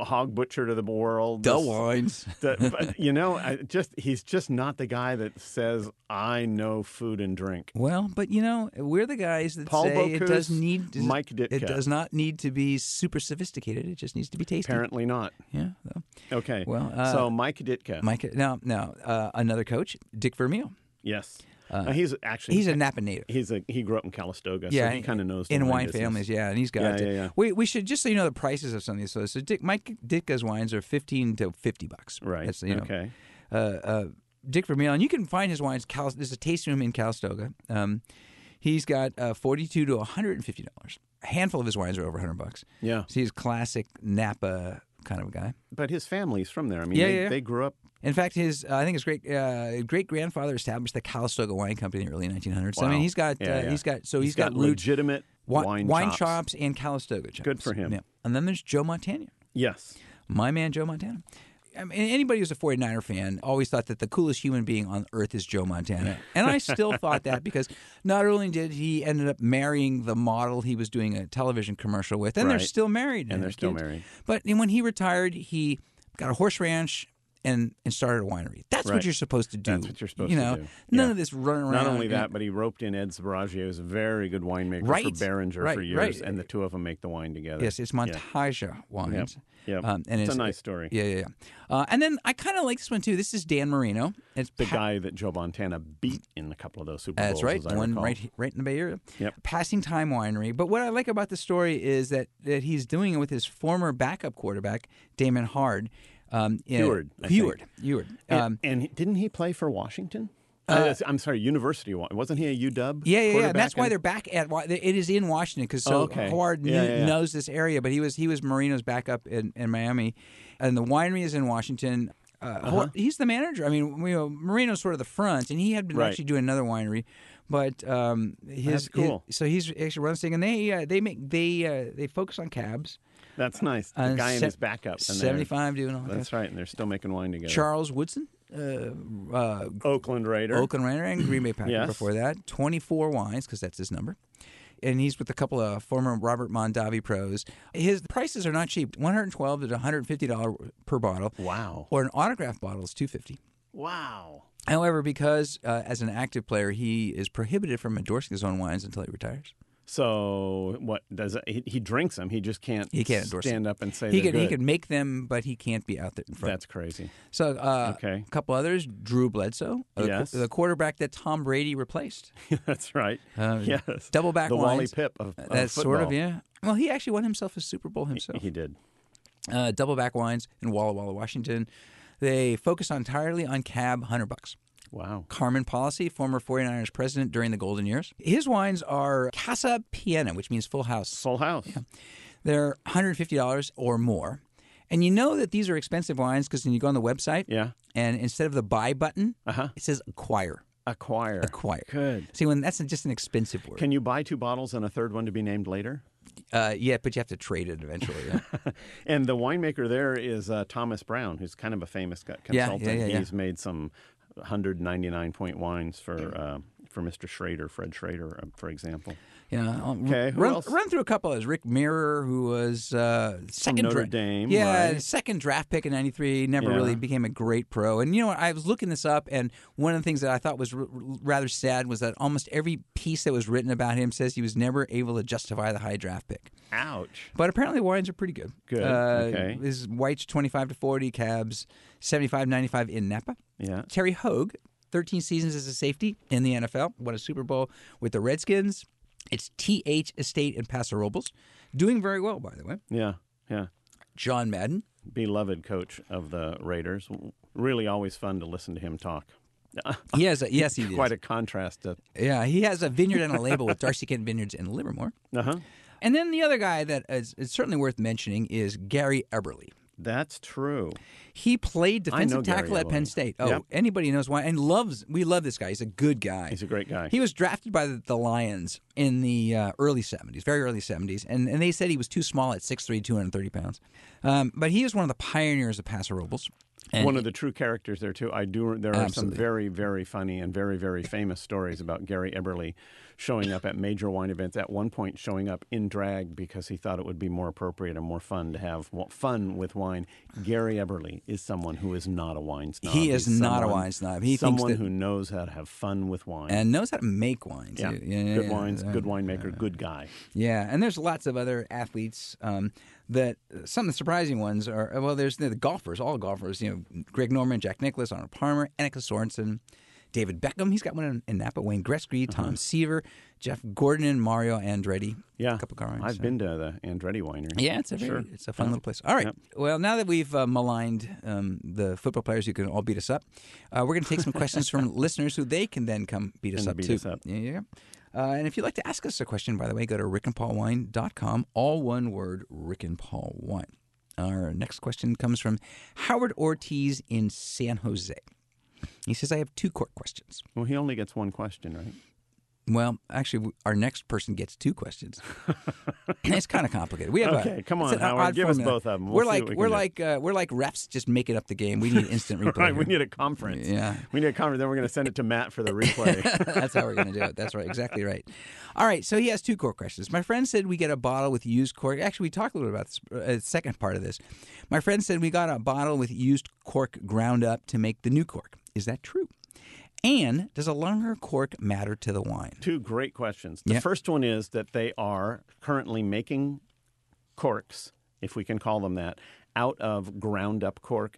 Speaker 2: hog butcher to the world
Speaker 1: Del
Speaker 2: this-
Speaker 1: wines.
Speaker 2: the, but you know I just he's just not the guy that says i know food and drink
Speaker 1: Well, but you know, we're the guys that
Speaker 2: Paul
Speaker 1: say it does
Speaker 2: Bocuse,
Speaker 1: need
Speaker 2: Mike
Speaker 1: It
Speaker 2: Ditka.
Speaker 1: does not need to be super sophisticated. It just needs to be tasty.
Speaker 2: apparently not
Speaker 1: Yeah. though.
Speaker 2: okay
Speaker 1: Well, uh,
Speaker 2: so mike ditka
Speaker 1: Mike. Now, now uh, another coach, Dick Vermeil.
Speaker 2: yes Uh, he's actually
Speaker 1: He's a Napa native.
Speaker 2: he's a he grew up in calistoga so he
Speaker 1: and-
Speaker 2: kind of knows the
Speaker 1: in wine
Speaker 2: business.
Speaker 1: families. Yeah, and he's got.
Speaker 2: Yeah,
Speaker 1: it.
Speaker 2: yeah, yeah.
Speaker 1: We we should just so you know the prices of some of these. So, so Dick Mike Ditka's wines are fifteen to fifty bucks.
Speaker 2: right
Speaker 1: That's, you know,
Speaker 2: okay
Speaker 1: uh, uh, Dick Vermeil, and you can find his wines. Cal- there's a tasting room in Calistoga. Um, he's got uh, forty-two to one hundred and fifty dollars. A handful of his wines are over hundred bucks.
Speaker 2: yeah
Speaker 1: So he's classic Napa kind of a guy.
Speaker 2: but his family's from there i mean
Speaker 1: Yeah,
Speaker 2: they,
Speaker 1: yeah, yeah.
Speaker 2: they grew up
Speaker 1: In fact, his I think his great uh, great grandfather established the Calistoga Wine Company in the early 1900s. So, I mean,
Speaker 2: Wow.
Speaker 1: he's got
Speaker 2: Yeah,
Speaker 1: uh,
Speaker 2: yeah.
Speaker 1: he's got so
Speaker 2: he's got,
Speaker 1: got root-
Speaker 2: legitimate
Speaker 1: wi-
Speaker 2: wine,
Speaker 1: shops. and Calistoga chops.
Speaker 2: Good for him.
Speaker 1: Yeah. And then there's Joe Montana,
Speaker 2: Yes.
Speaker 1: my man Joe Montana. I mean, anybody who's a 49er fan always thought that the coolest human being on earth is Joe Montana. And I still thought that because not only did he ended up marrying the model he was doing a television commercial with, and they're
Speaker 2: Right.
Speaker 1: still married.
Speaker 2: And they're
Speaker 1: have
Speaker 2: still
Speaker 1: kids.
Speaker 2: married.
Speaker 1: But when he retired, he got a horse ranch and, and started a winery. That's what
Speaker 2: Right.
Speaker 1: you're supposed to do.
Speaker 2: That's what you're supposed
Speaker 1: you
Speaker 2: to
Speaker 1: know,
Speaker 2: do.
Speaker 1: None
Speaker 2: Yeah.
Speaker 1: of this running around.
Speaker 2: Not only
Speaker 1: and-
Speaker 2: that, but he roped in Ed Sbaraggio, who's a very good winemaker for
Speaker 1: Right.
Speaker 2: Behringer for
Speaker 1: Right,
Speaker 2: years,
Speaker 1: right.
Speaker 2: and the two of them make the wine together.
Speaker 1: Yes, it's Montaja wines. Um,
Speaker 2: Yep.
Speaker 1: and
Speaker 2: It's a nice story.
Speaker 1: Yeah, yeah, yeah. Uh, and then I kind of like this one too. This is Dan Marino. It's
Speaker 2: The
Speaker 1: pa-
Speaker 2: guy that Joe Montana beat in a couple of those Super
Speaker 1: That's
Speaker 2: Bowls.
Speaker 1: right,
Speaker 2: as I
Speaker 1: the one
Speaker 2: recall.
Speaker 1: right he- right in the Bay Area.
Speaker 2: Yep.
Speaker 1: Passing Time Winery. But what I like about the story is that that he's doing it with his former backup quarterback Damon Hard. Um, in-
Speaker 2: Heward, I think.
Speaker 1: Heward. Heward.
Speaker 2: And,
Speaker 1: Um,
Speaker 2: and he- didn't he play for Washington? Uh, I'm sorry, University. Wa- Wasn't he a UW?
Speaker 1: yeah, yeah, yeah. And
Speaker 2: quarterback
Speaker 1: that's why
Speaker 2: and-
Speaker 1: they're back at. Wa- It is in Washington because so
Speaker 2: Oh, okay.
Speaker 1: Howard
Speaker 2: Yeah,
Speaker 1: knew,
Speaker 2: yeah, yeah.
Speaker 1: knows this area, but he was he was Marino's backup in, in Miami, and the winery is in Washington. Uh,
Speaker 2: Uh-huh.
Speaker 1: Howard- He's the manager. I mean, you know, Marino's sort of the front, and he had been
Speaker 2: Right.
Speaker 1: actually doing another winery, but um, his,
Speaker 2: That's cool.
Speaker 1: his- so he's actually running this thing, and they uh, they make they uh, they focus on cabs.
Speaker 2: That's nice. The
Speaker 1: Uh,
Speaker 2: guy and
Speaker 1: se-
Speaker 2: his backup. and they're-
Speaker 1: Seventy-five doing all that.
Speaker 2: That's right, and they're still making wine together.
Speaker 1: Charles Woodson, uh, uh,
Speaker 2: Oakland Raider.
Speaker 1: Oakland Runner and Green Bay Packer
Speaker 2: Yes.
Speaker 1: before that. 24 wines, because that's his number. And he's with a couple of former Robert Mondavi pros. His prices are not cheap. $112 to $150 per bottle.
Speaker 2: Wow.
Speaker 1: Or an autograph bottle is 250
Speaker 2: Wow.
Speaker 1: However, because uh, as an active player, he is prohibited from endorsing his own wines until he retires.
Speaker 2: So what does it, he, he drinks them? He just can't.
Speaker 1: He can't endorse
Speaker 2: stand up and say
Speaker 1: He
Speaker 2: they're
Speaker 1: could, he
Speaker 2: good.
Speaker 1: could make them, but he can't be out there in front.
Speaker 2: That's crazy.
Speaker 1: so uh,
Speaker 2: Okay.
Speaker 1: a couple others, Drew Bledsoe, the, qu-
Speaker 2: Yes.
Speaker 1: the quarterback that Tom Brady replaced.
Speaker 2: That's right.
Speaker 1: Uh,
Speaker 2: yes.
Speaker 1: double back
Speaker 2: the Wally
Speaker 1: lines.
Speaker 2: Pip of, of
Speaker 1: That's sort of
Speaker 2: football.
Speaker 1: yeah. Well, he actually won himself a Super Bowl himself.
Speaker 2: He did.
Speaker 1: Uh, Double Back Wines in Walla Walla, Washington. They focus entirely on cab, hundred bucks.
Speaker 2: Wow.
Speaker 1: Carmen Policy, former 49ers president during the golden years. His wines are Casa Piena, which means full house.
Speaker 2: Full house.
Speaker 1: They're $150 or more. And you know that these are expensive wines because when you go on the website
Speaker 2: Yeah.
Speaker 1: and instead of the buy button,
Speaker 2: Uh-huh.
Speaker 1: it says acquire.
Speaker 2: Acquire.
Speaker 1: Acquire.
Speaker 2: Good.
Speaker 1: See, when that's just an expensive word.
Speaker 2: Can you buy two bottles and a third one to be named later?
Speaker 1: uh, yeah, but you have to trade it eventually. yeah.
Speaker 2: And the winemaker there is uh, Thomas Brown, who's kind of a famous co-
Speaker 1: Yeah, yeah,
Speaker 2: consultant.
Speaker 1: yeah, yeah.
Speaker 2: He's made some 199 point wines for uh, for Mr. Schrader, Fred Schrader, uh, for example.
Speaker 1: Yeah. I'll
Speaker 2: Okay, who
Speaker 1: Run,
Speaker 2: else?
Speaker 1: run through a couple. Is Rick Mirror, who was uh, second
Speaker 2: Notre
Speaker 1: dra-
Speaker 2: Dame,
Speaker 1: Yeah,
Speaker 2: right?
Speaker 1: second draft pick in '93. Never
Speaker 2: Yeah.
Speaker 1: really became a great pro. And you know what? I was looking this up, and one of the things that I thought was r- r- rather sad was that almost every piece that was written about him says he was never able to justify the high draft pick.
Speaker 2: Ouch.
Speaker 1: But apparently, wines are pretty good.
Speaker 2: Good,
Speaker 1: Uh,
Speaker 2: okay.
Speaker 1: His whites 25 to 40, cabs 75, 95 in Napa.
Speaker 2: Yeah.
Speaker 1: Terry Hogue, 13 seasons as a safety in the NFL, won a Super Bowl with the Redskins. It's TH Estate in Paso Robles, doing very well, by the way.
Speaker 2: Yeah. Yeah.
Speaker 1: John Madden,
Speaker 2: Beloved coach of the Raiders. Really always fun to listen to him talk.
Speaker 1: he has a, yes, he is.
Speaker 2: Quite a contrast to.
Speaker 1: yeah, he has a vineyard and a label with Darcy Kent Vineyards in Livermore.
Speaker 2: Uh huh.
Speaker 1: And then the other guy that is, is certainly worth mentioning is Gary Eberly.
Speaker 2: That's true.
Speaker 1: He played
Speaker 2: I know
Speaker 1: defensive
Speaker 2: Gary
Speaker 1: tackle at
Speaker 2: Eberle.
Speaker 1: Penn State. Oh,
Speaker 2: Yep.
Speaker 1: anybody knows why and loves. We love this guy. He's a good guy.
Speaker 2: He's a great guy.
Speaker 1: He was drafted by the, the Lions in the uh, early 70s, very early 70s, and, and they said he was too small at 6'3", 230 pounds. Um, but he was one of the pioneers of Paso Robles. And
Speaker 2: One of the true characters there too. I do. There are some
Speaker 1: Absolutely.
Speaker 2: very, very funny and very, very famous stories about Gary Eberly showing up at major wine events. At one point, showing up in drag because he thought it would be more appropriate and more fun to have wa- fun with wine. Gary Eberly is someone who is not a wine snob.
Speaker 1: He is
Speaker 2: He's
Speaker 1: not a
Speaker 2: someone-
Speaker 1: wine snob. He thinks
Speaker 2: someone
Speaker 1: that-
Speaker 2: who knows how to have fun with wine.
Speaker 1: and knows how to make wine, too.
Speaker 2: yeah.
Speaker 1: yeah,
Speaker 2: good
Speaker 1: yeah,
Speaker 2: wines,
Speaker 1: yeah.
Speaker 2: good winemaker, good guy.
Speaker 1: Yeah, and there's lots of other athletes um, that some of the surprising ones are well, there's the golfers, all golfers, you know, Greg Norman, Jack Nicklaus, Arnold Palmer, Annika Sorensen, David Beckham, he's got one in, in Napa, Wayne Gretzky, Tom Seaver, Jeff Gordon, and Mario Andretti.
Speaker 2: Uh-huh. Yeah,
Speaker 1: a couple car
Speaker 2: I've been to the Andretti Winery.
Speaker 1: Yeah, it's a very, it's a fun little place. All right. Well, now that we've uh, maligned um, the football players who can all beat us up, uh, we're going to take some questions from listeners who they can then come beat us
Speaker 2: And
Speaker 1: up
Speaker 2: beat
Speaker 1: too.
Speaker 2: us up.
Speaker 1: Yeah. yeah. Uh, and if you'd like to ask us a question, by the way, go to rickandpaulwine.com, all one word, Rick and Paul Wine. Our next question comes from Howard Ortiz in San Jose. He says, I have two court questions.
Speaker 2: Well, he only gets one question, right?
Speaker 1: Well, actually, w- our next person gets two questions. it's kind of complicated. We have a-
Speaker 2: Okay, come
Speaker 1: it's
Speaker 2: on,
Speaker 1: an
Speaker 2: Howard,
Speaker 1: odd
Speaker 2: give us
Speaker 1: formula.
Speaker 2: both of 'em. We'll
Speaker 1: we're
Speaker 2: see
Speaker 1: like
Speaker 2: what we
Speaker 1: are
Speaker 2: can do.
Speaker 1: like uh, we're like refs just making up the game. We need instant replay.
Speaker 2: Right, we
Speaker 1: here.
Speaker 2: need a conference.
Speaker 1: Yeah.
Speaker 2: We need a conference. Then we're going to send it to Matt for the replay.
Speaker 1: That's how we're going to do it. That's right, exactly right. All right, so he has two cork questions. My friend said we get a bottle with used cork. Actually, we talked a little bit about this uh, second part of this. My friend said we got a bottle with used cork ground up to make the new cork. Is that true? And does a longer cork matter to the wine?
Speaker 2: Two great questions. The
Speaker 1: Yeah.
Speaker 2: first one is that they are currently making corks, if we can call them that, out of ground up cork.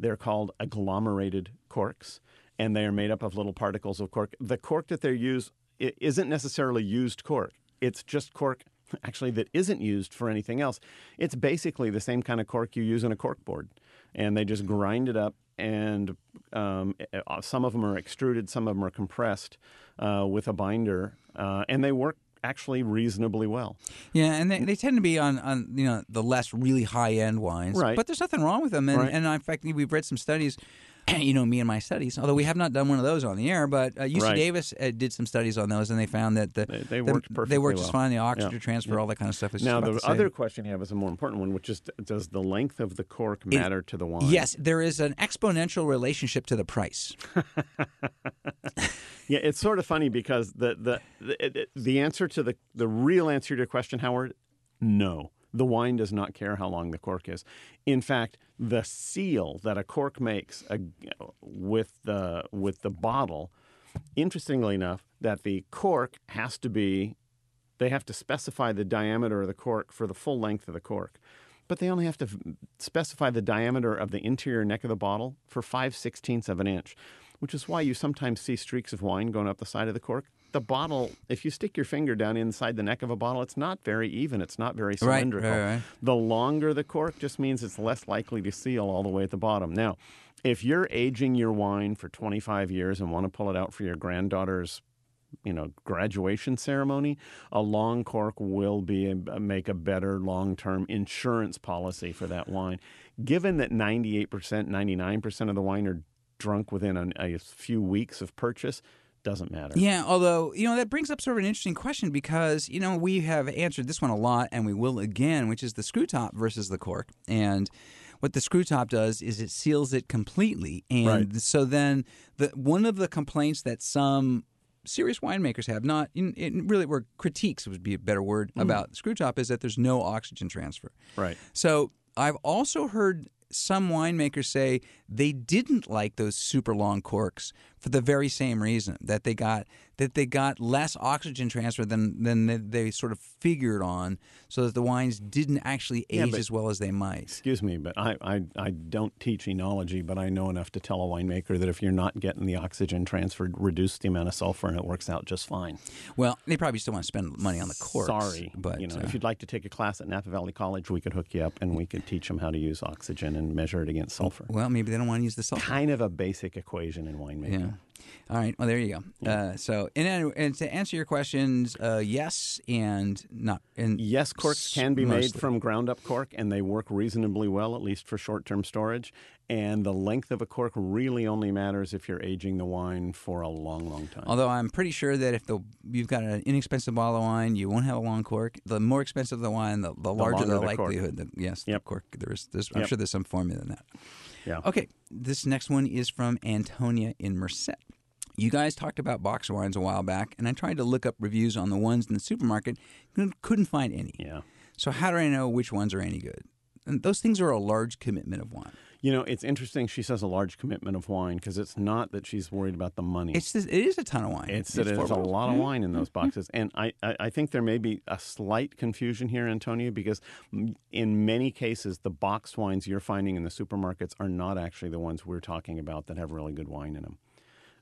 Speaker 2: They're called agglomerated corks, and they are made up of little particles of cork. The cork that they use i- isn't necessarily used cork, it's just cork. Actually, that isn't used for anything else. It's basically the same kind of cork you use in a cork board, and they just grind it up. And um, uh, some of them are extruded, some of them are compressed uh, with a binder, uh, and they work actually reasonably well.
Speaker 1: Yeah, and they, they tend to be on, on you know the less really high end wines,
Speaker 2: Right.
Speaker 1: But there's nothing wrong with them, and,
Speaker 2: Right.
Speaker 1: and uh, in fact we've read some studies. You know me and my studies, although we have not done one of those on the air. But uh, UC
Speaker 2: Right.
Speaker 1: Davis uh, did some studies on those, and they found that the
Speaker 2: They- they
Speaker 1: the-
Speaker 2: worked
Speaker 1: They
Speaker 2: perfectly
Speaker 1: worked
Speaker 2: well.
Speaker 1: just fine. The oxygen
Speaker 2: Yeah.
Speaker 1: transfer, all that kind of stuff is just
Speaker 2: Now,
Speaker 1: about
Speaker 2: the,
Speaker 1: the same.
Speaker 2: other question you have is a more important one, which is does the length of the cork matter to the wine?
Speaker 1: Yes, there is an exponential relationship to the price.
Speaker 2: Yeah, it's sort of funny because the, the, the, it- it- the answer to the, the real answer to your question, Howard, no. The wine does not care how long the cork is. In fact, the seal that a cork makes uh, with, the, with the bottle, interestingly enough, that the cork has to be They have to specify the diameter of the cork for the full length of the cork, but they only have to f- specify the diameter of the interior neck of the bottle for 5 sixteenths of an inch, which is why you sometimes see streaks of wine going up the side of the cork. The bottle, if you stick your finger down inside the neck of a bottle, it's not very even. It's not very
Speaker 1: right,
Speaker 2: cylindrical.
Speaker 1: right.
Speaker 2: The longer the cork just means it's less likely to seal all the way at the bottom. Now, if you're aging your wine for 25 years and want to pull it out for your granddaughter's you know graduation ceremony a long cork will be a, make a better long-term insurance policy for that wine given that 98% 99% of the wine are drunk within a, a few weeks of purchase doesn't matter
Speaker 1: Yeah, although, you know, that brings up sort of an interesting question because, you know, we have answered this one a lot and we will again, which is the screw top versus the cork. And what the screw top does is it seals it completely. And
Speaker 2: Right.
Speaker 1: so then the one of the complaints that some serious winemakers have not in, in really were critiques would be a better word
Speaker 2: Hmm.
Speaker 1: about screw top is that there's no oxygen transfer.
Speaker 2: right
Speaker 1: So I've also heard some winemakers say they didn't like those super long corks for the very same reason that they got that they got less oxygen transfer than than they, they sort of figured on, so that the wines didn't actually age
Speaker 2: but-
Speaker 1: as well as they might.
Speaker 2: Excuse me, but I, I, I don't teach enology, but I know enough to tell a winemaker that if you're not getting the oxygen transferred, reduce the amount of sulfur and it works out just fine.
Speaker 1: Well, they probably still want to spend money on the corks.
Speaker 2: Sorry.
Speaker 1: but
Speaker 2: you know,
Speaker 1: uh,
Speaker 2: if you'd like to take a class at Napa Valley College, we could hook you up and we could teach them how to use oxygen and measure it against sulfur.
Speaker 1: well, maybe they don't want to use the salt.
Speaker 2: Kind of a basic equation in winemaking.
Speaker 1: Yeah. All right. Well, there you go. Uh, so, and, any- and to answer your questions, uh, yes and not. And
Speaker 2: Yes, corks can be
Speaker 1: Mostly.
Speaker 2: made from ground up cork and they work reasonably well, at least for short term storage. And the length of a cork really only matters if you're aging the wine for a long, long time.
Speaker 1: Although I'm pretty sure that if the you've got an inexpensive bottle of wine, you won't have a long cork. The more expensive the wine, the, the, larger
Speaker 2: longer
Speaker 1: the,
Speaker 2: the cork.
Speaker 1: likelihood. The, yes,
Speaker 2: Yep.
Speaker 1: the cork. There's, there's, I'm
Speaker 2: Yep.
Speaker 1: sure there's some formula in that.
Speaker 2: Yeah.
Speaker 1: Okay, this next one is from Antonia in Merced. You guys talked about box wines a while back, and I tried to look up reviews on the ones in the supermarket, couldn't- couldn't find any.
Speaker 2: Yeah.
Speaker 1: So how do I know which ones are any good? And those things are a large commitment of wine.
Speaker 2: You know, it's interesting. She says a large commitment of wine because it's not that she's worried about the money.
Speaker 1: It's this, it is a ton of wine.
Speaker 2: it's that there's a
Speaker 1: four bottles. Mm-hmm.
Speaker 2: lot of wine in those boxes. And I, I, I think there may be a slight confusion here, Antonio, because m- in many cases, the box wines you're finding in the supermarkets are not actually the ones we're talking about that have really good wine in them.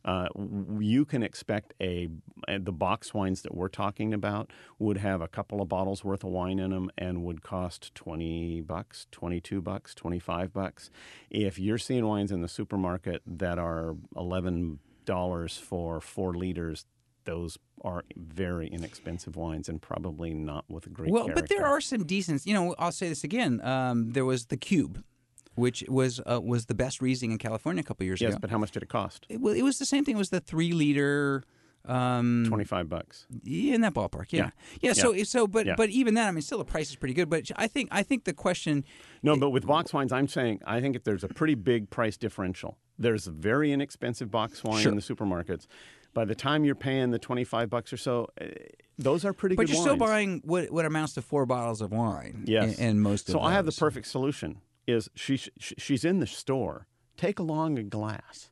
Speaker 2: Uh, w- you can expect a uh, the box wines that we're talking about would have a couple of bottles worth of wine in them and would cost 20 bucks, 22 bucks, 25 bucks. If you're seeing wines in the supermarket that are 11 dollars for 4 liters, those are very inexpensive wines and probably not with great
Speaker 1: Well,
Speaker 2: character.
Speaker 1: but there are some decent. You know, I'll say this again. Um, there was the Cube, which was uh, was the best Riesling in California a couple years
Speaker 2: Yes,
Speaker 1: ago.
Speaker 2: but how much did it cost?
Speaker 1: It, well, it was the same thing. It was the three liter. Um,
Speaker 2: 25 bucks.
Speaker 1: yeah, in that ballpark, yeah, yeah. so, so, but,
Speaker 2: Yeah.
Speaker 1: but even that, I mean, still the price is pretty good. But I think, I think the question,
Speaker 2: No, but with box wines, I'm saying I think if there's a pretty big price differential. There's very inexpensive box wine
Speaker 1: Sure.
Speaker 2: in the supermarkets. By the time you're paying the 25 bucks or so, eh, those are pretty
Speaker 1: but
Speaker 2: good
Speaker 1: you're still
Speaker 2: wines.
Speaker 1: buying what what amounts to four bottles of wine.
Speaker 2: Yes.
Speaker 1: and, most.
Speaker 2: So
Speaker 1: of
Speaker 2: I have the
Speaker 1: those.
Speaker 2: perfect solution is she, sh sh- she's in the store. Take along a glass.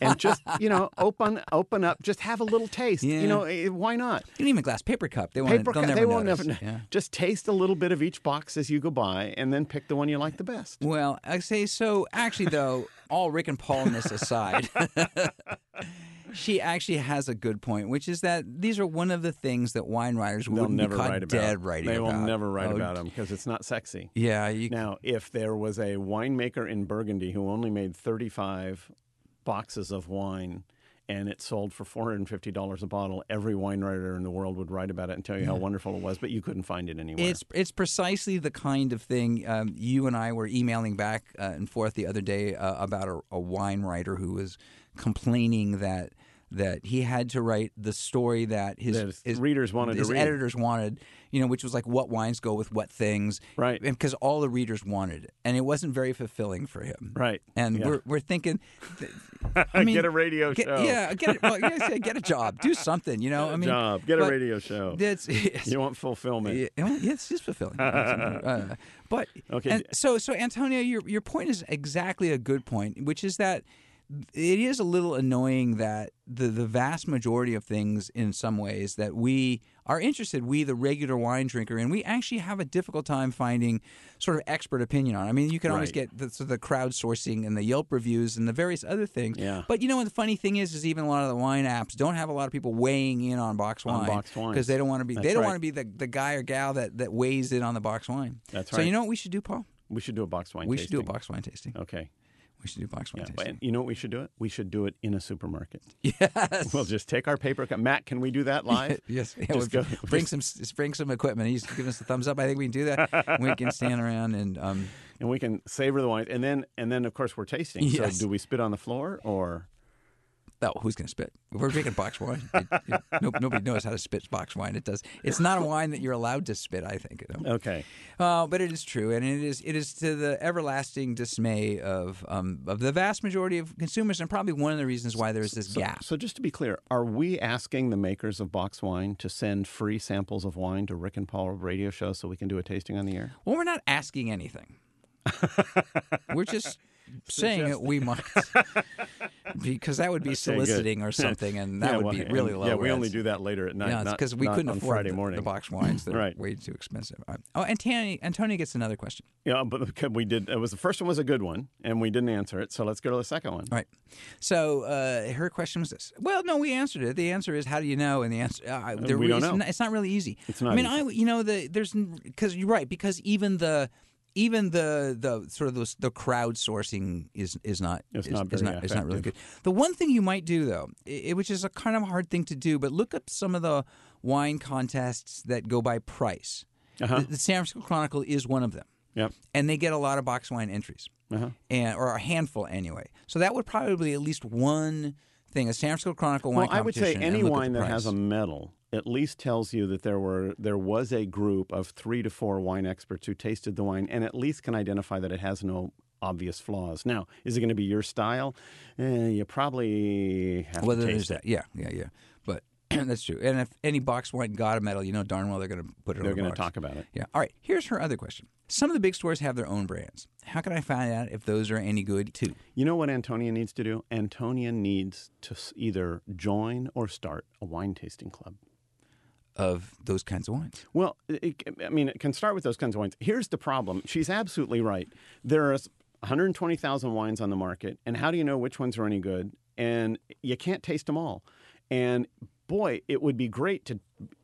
Speaker 2: and just you know, open open up. Just have a little taste.
Speaker 1: Yeah.
Speaker 2: You know, eh, why not?
Speaker 1: You need even a glass paper cup. They
Speaker 2: Paper
Speaker 1: won't. They'll
Speaker 2: cut-
Speaker 1: never
Speaker 2: they won't
Speaker 1: notice.
Speaker 2: never.
Speaker 1: Yeah.
Speaker 2: Just taste a little bit of each box as you go by, and then pick the one you like the best.
Speaker 1: Well, I say so. Actually, though, all Rick and Paulness aside, she actually has a good point, which is that these are one of the things that wine writers
Speaker 2: They'll
Speaker 1: wouldn't
Speaker 2: never
Speaker 1: be caught
Speaker 2: write about.
Speaker 1: dead writing
Speaker 2: they
Speaker 1: about.
Speaker 2: will never write
Speaker 1: Oh,
Speaker 2: about them because it's not sexy.
Speaker 1: Yeah, you,
Speaker 2: Now, if there was a winemaker in Burgundy who only made 35 boxes of wine and it sold for $450 a bottle, every wine writer in the world would write about it and tell you how wonderful it was, but you couldn't find it anywhere.
Speaker 1: it's it's precisely the kind of thing um, you and I were emailing back uh, and forth the other day uh, about a, a wine writer who was complaining that that he had to write the story that his,
Speaker 2: That his
Speaker 1: his
Speaker 2: readers wanted to
Speaker 1: his
Speaker 2: read.
Speaker 1: editors wanted, you know, which was like what wines go with what things,
Speaker 2: Right.
Speaker 1: Because all the readers wanted, it. and it wasn't very fulfilling for him,
Speaker 2: Right.
Speaker 1: And
Speaker 2: Yeah.
Speaker 1: we're we're thinking, th- I mean,
Speaker 2: get a radio
Speaker 1: get-
Speaker 2: show.
Speaker 1: yeah, get it, well, yeah, say, get a job, do something, you know. I mean,
Speaker 2: Job. Get a
Speaker 1: but
Speaker 2: radio show.
Speaker 1: That's yes.
Speaker 2: You want fulfillment.
Speaker 1: Yeah, well, yeah, it's just fulfilling. Uh, but
Speaker 2: Okay.
Speaker 1: and so so Antonio, your your point is exactly a good point, which is that it is a little annoying that the the vast majority of things in some ways that we are interested, we the regular wine drinker, and we actually have a difficult time finding sort of expert opinion on. I mean, you can always
Speaker 2: Right.
Speaker 1: get the, so the crowdsourcing and the Yelp reviews and the various other things.
Speaker 2: Yeah.
Speaker 1: But you know what the funny thing is is even a lot of the wine apps don't have a lot of people weighing in on box wine
Speaker 2: boxed wines.
Speaker 1: because they don't want to be they
Speaker 2: That's
Speaker 1: don't
Speaker 2: right.
Speaker 1: want to be the, the guy or gal that, that weighs in on the box wine.
Speaker 2: That's
Speaker 1: So you
Speaker 2: right.
Speaker 1: know what we should do, Paul?
Speaker 2: We should do a box wine
Speaker 1: We should do a
Speaker 2: tasting.
Speaker 1: box wine tasting.
Speaker 2: Okay.
Speaker 1: We should do box wine
Speaker 2: But
Speaker 1: tasting.
Speaker 2: you know what we should do it? We should do it in a supermarket.
Speaker 1: Yes.
Speaker 2: We'll just take our paper. cup. Matt, can we do that live?
Speaker 1: Yes, yeah,
Speaker 2: Just
Speaker 1: we-
Speaker 2: go-
Speaker 1: bring some s- bring some equipment. He's giving us a thumbs up. I think we can do that. we can stand around and um,
Speaker 2: and we can savor the wine. And then and then of course we're tasting.
Speaker 1: Yes.
Speaker 2: So do we spit on the floor or
Speaker 1: oh, who's gonna spit? We're drinking box wine. It- it- no- nobody knows how to spit box wine. It does. It's not a wine that you're allowed to spit. I think.
Speaker 2: Okay.
Speaker 1: Uh, but it is true, and it is it is to the everlasting dismay of um, of the vast majority of consumers, and probably one of the reasons why there is this gap.
Speaker 2: So just to be clear, are we asking the makers of box wine to send free samples of wine to Rick and Paul radio show so we can do a tasting on the air?
Speaker 1: Well, we're not asking anything. we're just saying that we might, because that would be
Speaker 2: good.
Speaker 1: soliciting or something, and that
Speaker 2: Yeah,
Speaker 1: would
Speaker 2: well,
Speaker 1: be
Speaker 2: and-
Speaker 1: really low.
Speaker 2: Yeah, we
Speaker 1: res.
Speaker 2: only do that later at night.
Speaker 1: Yeah, it's
Speaker 2: not-
Speaker 1: because we
Speaker 2: not
Speaker 1: couldn't
Speaker 2: on
Speaker 1: afford
Speaker 2: Friday
Speaker 1: the,
Speaker 2: morning.
Speaker 1: the box wines. They're
Speaker 2: Right.
Speaker 1: way too expensive. All right. Oh, and Tony, Antonio gets another question.
Speaker 2: Yeah, but we did. It was the first one was a good one, and we didn't answer it. So let's go to the second one.
Speaker 1: All right. So uh, her question was this. Well, no, we answered it. The answer is how do you know? And the answer uh, the
Speaker 2: We don't
Speaker 1: reason-
Speaker 2: know.
Speaker 1: It's not really easy.
Speaker 2: It's not
Speaker 1: I mean,
Speaker 2: easy.
Speaker 1: I you know the there's because you're right because even the even the the sort of the, the crowdsourcing is is not
Speaker 2: It's
Speaker 1: is,
Speaker 2: not
Speaker 1: is
Speaker 2: very
Speaker 1: not, is not really
Speaker 2: effective.
Speaker 1: good. The one thing you might do though, i i- which is a kind of hard thing to do, but look up some of the wine contests that go by price.
Speaker 2: Uh-huh.
Speaker 1: The, the San Francisco Chronicle is one of them,
Speaker 2: Yep.
Speaker 1: and they get a lot of box wine entries
Speaker 2: Uh-huh.
Speaker 1: and or a handful anyway. So that would probably be at least one thing. A San Francisco Chronicle wine.
Speaker 2: Well, I would say
Speaker 1: competition, and
Speaker 2: any
Speaker 1: look at
Speaker 2: wine
Speaker 1: the
Speaker 2: that has a
Speaker 1: price.
Speaker 2: medal at least tells you that there were there was a group of three to four wine experts who tasted the wine and at least can identify that it has no obvious flaws. Now, is it going to be your style? Eh, you probably have
Speaker 1: whether
Speaker 2: to
Speaker 1: there's
Speaker 2: taste
Speaker 1: that. Yeah, yeah, yeah. But that's true. And if any box wine got a medal, you know darn well they're going to put it.
Speaker 2: They're
Speaker 1: on the
Speaker 2: going to
Speaker 1: box.
Speaker 2: talk about it.
Speaker 1: Yeah. All right. Here's her other question. Some of the big stores have their own brands. How can I find out if those are any good too?
Speaker 2: You know what Antonia needs to do? Antonia needs to s- either join or start a wine tasting club.
Speaker 1: Of those kinds of wines.
Speaker 2: Well, it, I mean, it can start with those kinds of wines. Here's the problem. She's absolutely right. There are 120,000 wines on the market, and how do you know which ones are any good? And you can't taste them all. And boy, it would be great to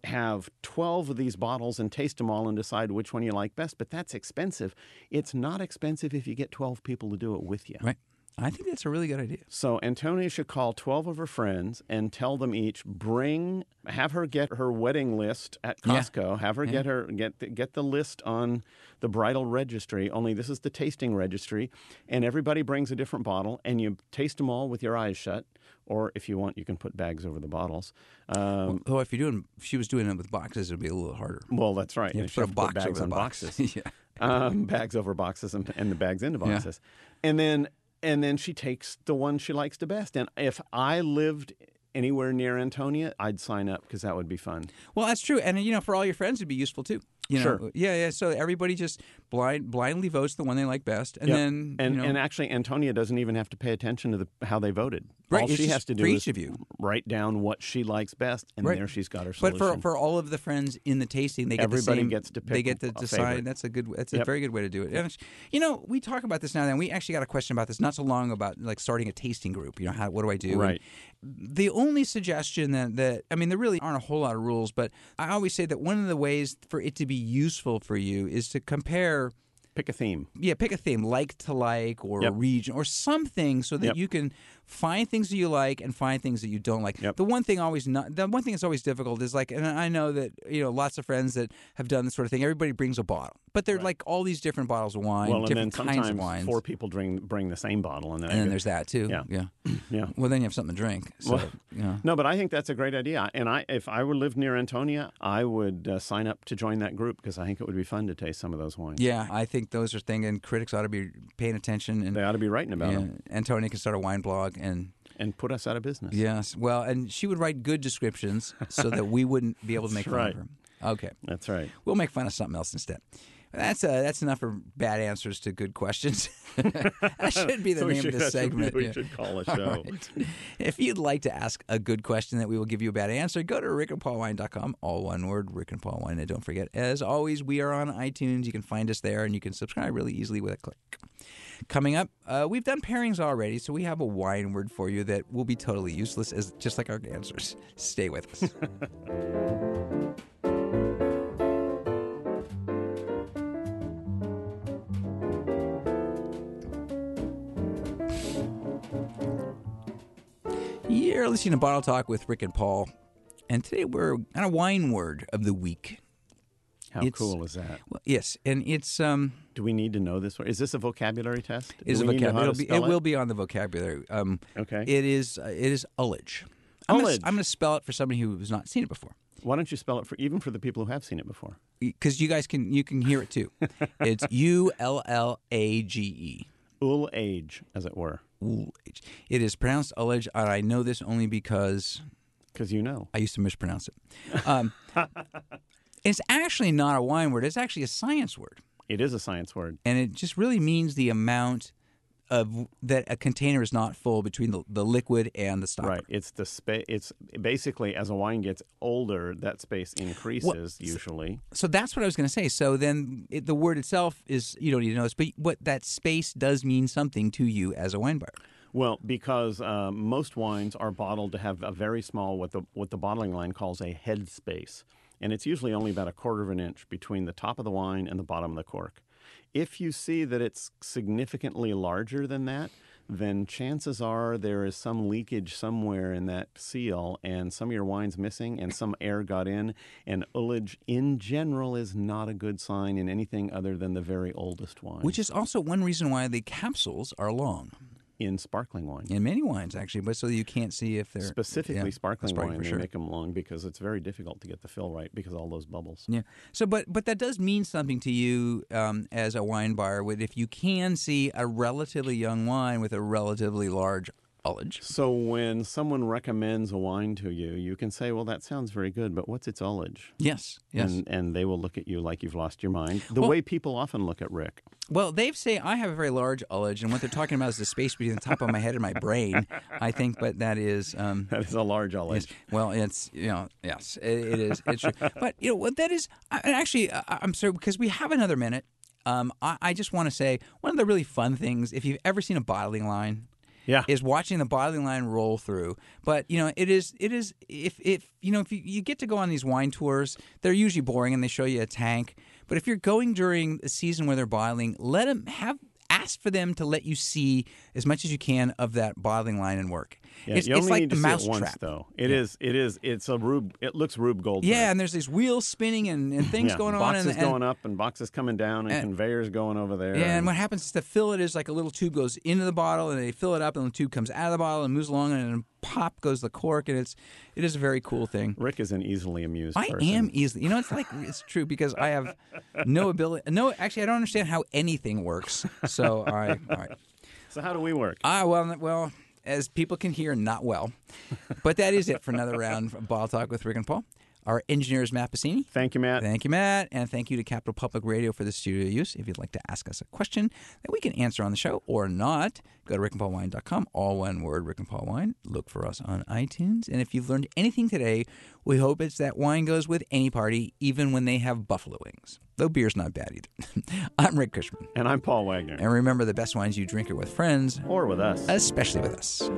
Speaker 2: have 12 of these bottles and taste them all and decide which one you like best, but that's expensive. It's not expensive if you get 12 people to do it with you.
Speaker 1: Right. I think that's a really good idea.
Speaker 2: So Antonia should call 12 of her friends and tell them each bring have her get her wedding list at
Speaker 1: Yeah. Mm-hmm.
Speaker 2: Costco. Have her get her get the, get the list on the bridal registry. Only this is the tasting registry and everybody brings a different bottle and you taste them all with your eyes shut or if you want you can put bags over the bottles. Um,
Speaker 1: Though Oh, if you're doing, if she was doing it with boxes, it would be a little harder.
Speaker 2: well, that's right.
Speaker 1: You
Speaker 2: And
Speaker 1: have to put
Speaker 2: you
Speaker 1: a
Speaker 2: have to
Speaker 1: box
Speaker 2: bags
Speaker 1: over the
Speaker 2: on
Speaker 1: box.
Speaker 2: boxes
Speaker 1: yeah.
Speaker 2: um, bags over boxes and, and the bags into boxes, and then and then she takes the one she likes the best. And if I lived anywhere near Antonia, I'd sign up because that would be fun.
Speaker 1: Well, that's true, and you know, for all your friends, it'd be useful too. You know,
Speaker 2: Sure.
Speaker 1: yeah, yeah. So everybody just blind blindly votes the one they like best, and
Speaker 2: Yep.
Speaker 1: then
Speaker 2: and
Speaker 1: you know,
Speaker 2: and actually, Antonia doesn't even have to pay attention to the, how they voted.
Speaker 1: Right,
Speaker 2: All
Speaker 1: it's
Speaker 2: she
Speaker 1: just
Speaker 2: has to do
Speaker 1: for
Speaker 2: is
Speaker 1: each of you.
Speaker 2: write down what she likes best, and
Speaker 1: Right.
Speaker 2: there she's got her solution.
Speaker 1: but for for all of the friends in the tasting, they get
Speaker 2: Everybody
Speaker 1: the same,
Speaker 2: gets to
Speaker 1: They
Speaker 2: pick
Speaker 1: get to
Speaker 2: a
Speaker 1: decide.
Speaker 2: favorite.
Speaker 1: That's a good. That's a
Speaker 2: Yep.
Speaker 1: very good way to do it. And it's- you know, we talk about this now and then. We actually got a question about this not so long about like starting a tasting group. You know, how what do I do? And
Speaker 2: Right.
Speaker 1: the only suggestion that, that I mean, there really aren't a whole lot of rules, but I always say that one of the ways for it to be useful for you is to compare
Speaker 2: pick a theme.
Speaker 1: yeah, pick a theme, like to like, or
Speaker 2: Yep.
Speaker 1: region, or something, so that
Speaker 2: Yep.
Speaker 1: you can find things that you like and find things that you don't like.
Speaker 2: Yep.
Speaker 1: The one thing always not the one thing that's always difficult is like, and I know that you know lots of friends that have done this sort of thing. Everybody brings a bottle, but they're like all these different bottles of wine,
Speaker 2: Well, and then
Speaker 1: different kinds of
Speaker 2: sometimes
Speaker 1: wines,
Speaker 2: four people bring bring the same bottle, and then,
Speaker 1: and
Speaker 2: I
Speaker 1: then
Speaker 2: go-
Speaker 1: there's that too.
Speaker 2: Yeah. yeah.
Speaker 1: Well, then you have something to drink. So yeah.
Speaker 2: No, but I think that's a great idea. And I, if I would live near Antonia, I would uh, sign up to join that group because I think it would be fun to taste some of those wines.
Speaker 1: Yeah, I think those are things, and critics ought to be paying attention. And
Speaker 2: They ought to be writing about them
Speaker 1: yeah, Antonia can start a wine blog, and
Speaker 2: and put us out of business.
Speaker 1: Yes. Well, and she would write good descriptions so that we wouldn't be able to make fun
Speaker 2: right.
Speaker 1: of her. Okay.
Speaker 2: That's right.
Speaker 1: We'll make fun of something else instead. That's uh, that's enough for bad answers to good questions. that should be the
Speaker 2: So we
Speaker 1: name
Speaker 2: should-
Speaker 1: of this
Speaker 2: that should be
Speaker 1: segment.
Speaker 2: what
Speaker 1: yeah.
Speaker 2: We should call a
Speaker 1: All
Speaker 2: show.
Speaker 1: right. If you'd like to ask a good question that we will give you a bad answer, go to rickandpaulwine.com, all one word, Rick and Paul Wine. And don't forget, as always, we are on iTunes. You can find us there and you can subscribe really easily with a click. Coming up, uh, we've done pairings already, so we have a wine word for you that will be totally useless, as just like our answers. Stay with us. You're listening to Bottle Talk with Rick and Paul, and today we're on a wine word of the week.
Speaker 2: How
Speaker 1: It's-
Speaker 2: cool is that?
Speaker 1: Well, yes, and it's um,
Speaker 2: Do we need to know this one? Is this a vocabulary test? Do
Speaker 1: is a
Speaker 2: we need to know how
Speaker 1: vocabulary. It'll
Speaker 2: to
Speaker 1: be,
Speaker 2: spell
Speaker 1: it will be on the vocabulary. Um,
Speaker 2: Okay.
Speaker 1: It is. Uh, it is ullage. I'm gonna-
Speaker 2: Ullage.
Speaker 1: I'm going to spell it for somebody who has not seen it before,
Speaker 2: Why don't you spell it for even for the people who have seen it before?
Speaker 1: because you guys can you can hear it too. it's U L L A G E.
Speaker 2: Ul age, as it were,
Speaker 1: Ullage. It is pronounced ullage, and I know this only because
Speaker 2: because you know.
Speaker 1: I used to mispronounce it. Um, it's actually not a wine word. It's actually a science word.
Speaker 2: It is a science word.
Speaker 1: and it just really means the amount of that a container is not full between the, the liquid and the stopper.
Speaker 2: Right. It's the space. It's basically as a wine gets older, that space increases usually.
Speaker 1: So that's what I was going to say. So then it, the word itself is you don't need to know this, but what that space does mean something to you as a wine buyer.
Speaker 2: Well, because uh, most wines are bottled to have a very small what the what the bottling line calls a head space, and it's usually only about a quarter of an inch between the top of the wine and the bottom of the cork. If you see that it's significantly larger than that, then chances are there is some leakage somewhere in that seal, and some of your wine's missing, and some air got in. And ullage in general is not a good sign in anything other than the very oldest wine,
Speaker 1: Which is also one reason why the capsules are long
Speaker 2: in sparkling wine.
Speaker 1: in many wines, actually, but so you can't see if they're yeah,
Speaker 2: specifically sparkling,
Speaker 1: sparkling
Speaker 2: wine
Speaker 1: for
Speaker 2: they
Speaker 1: sure.
Speaker 2: make them long because it's very difficult to get the fill right because all those bubbles
Speaker 1: Yeah. So, but but that does mean something to you um, as a wine buyer. with- If you can see a relatively young wine with a relatively large ullage.
Speaker 2: so when someone recommends a wine to you you can say well that sounds very good but what's its ullage
Speaker 1: Yes. Yes.
Speaker 2: and, and they will look at you like you've lost your mind the way people often look at rick
Speaker 1: Well, they say I have a very large ullage, and what they're talking about is the space between the top of my head and my brain. I think, but that is, um,
Speaker 2: that is a large ullage
Speaker 1: is- well, it's you know, yes, it, it is. It's true. But you know what that is. I- And actually, I, I'm sorry because we have another minute. Um, I, I just want to say one of the really fun things, if you've ever seen a bottling line,
Speaker 2: yeah
Speaker 1: is watching the bottling line roll through. But you know, it is it is if if you know if you, you get to go on these wine tours, they're usually boring and they show you a tank. But if you're going during a season where they're bottling, let them have ask for them to let you see as much as you can of that bottling line and work.
Speaker 2: Yeah,
Speaker 1: it's
Speaker 2: you
Speaker 1: it's
Speaker 2: only
Speaker 1: like
Speaker 2: need
Speaker 1: the
Speaker 2: to see
Speaker 1: mouse
Speaker 2: it once,
Speaker 1: trap.
Speaker 2: though. It is. It is. It's a rube. It looks rube gold.
Speaker 1: Yeah, and there's these wheels spinning and, and things going on.
Speaker 2: Boxes
Speaker 1: and, and,
Speaker 2: going up and boxes coming down and, conveyors going over there.
Speaker 1: Eh. Yeah, and what happens is the fillet is like a little tube goes into the bottle, and they fill it up, and the tube comes out of the bottle and moves along, and then pop goes the cork, and it's it is a very cool thing.
Speaker 2: Rick is an easily amused
Speaker 1: I
Speaker 2: person.
Speaker 1: am easily. You know, it's like it's true because I have no ability. No, actually, I don't understand how anything works. So I, all right.
Speaker 2: So how do we work?
Speaker 1: Ah, well, n- well, as people can hear, not well. But that is it for another round of Ball Talk with Rick and Paul. Our engineer is Matt Pacini.
Speaker 2: Thank you, Matt.
Speaker 1: Thank you, Matt. And thank you to Capital Public Radio for the studio use. If you'd like to ask us a question that we can answer on the show or not, go to rickandpaulwine.com, all one word, Rick and Paul Wine. Look for us on iTunes. And if you've learned anything today, we hope it's that wine goes with any party, even when they have buffalo wings. Though beer's not bad either. I'm Rick Cushman.
Speaker 2: And I'm Paul Wagner.
Speaker 1: And remember, the best wines you drink are with friends,
Speaker 2: Or with us.
Speaker 1: especially with us.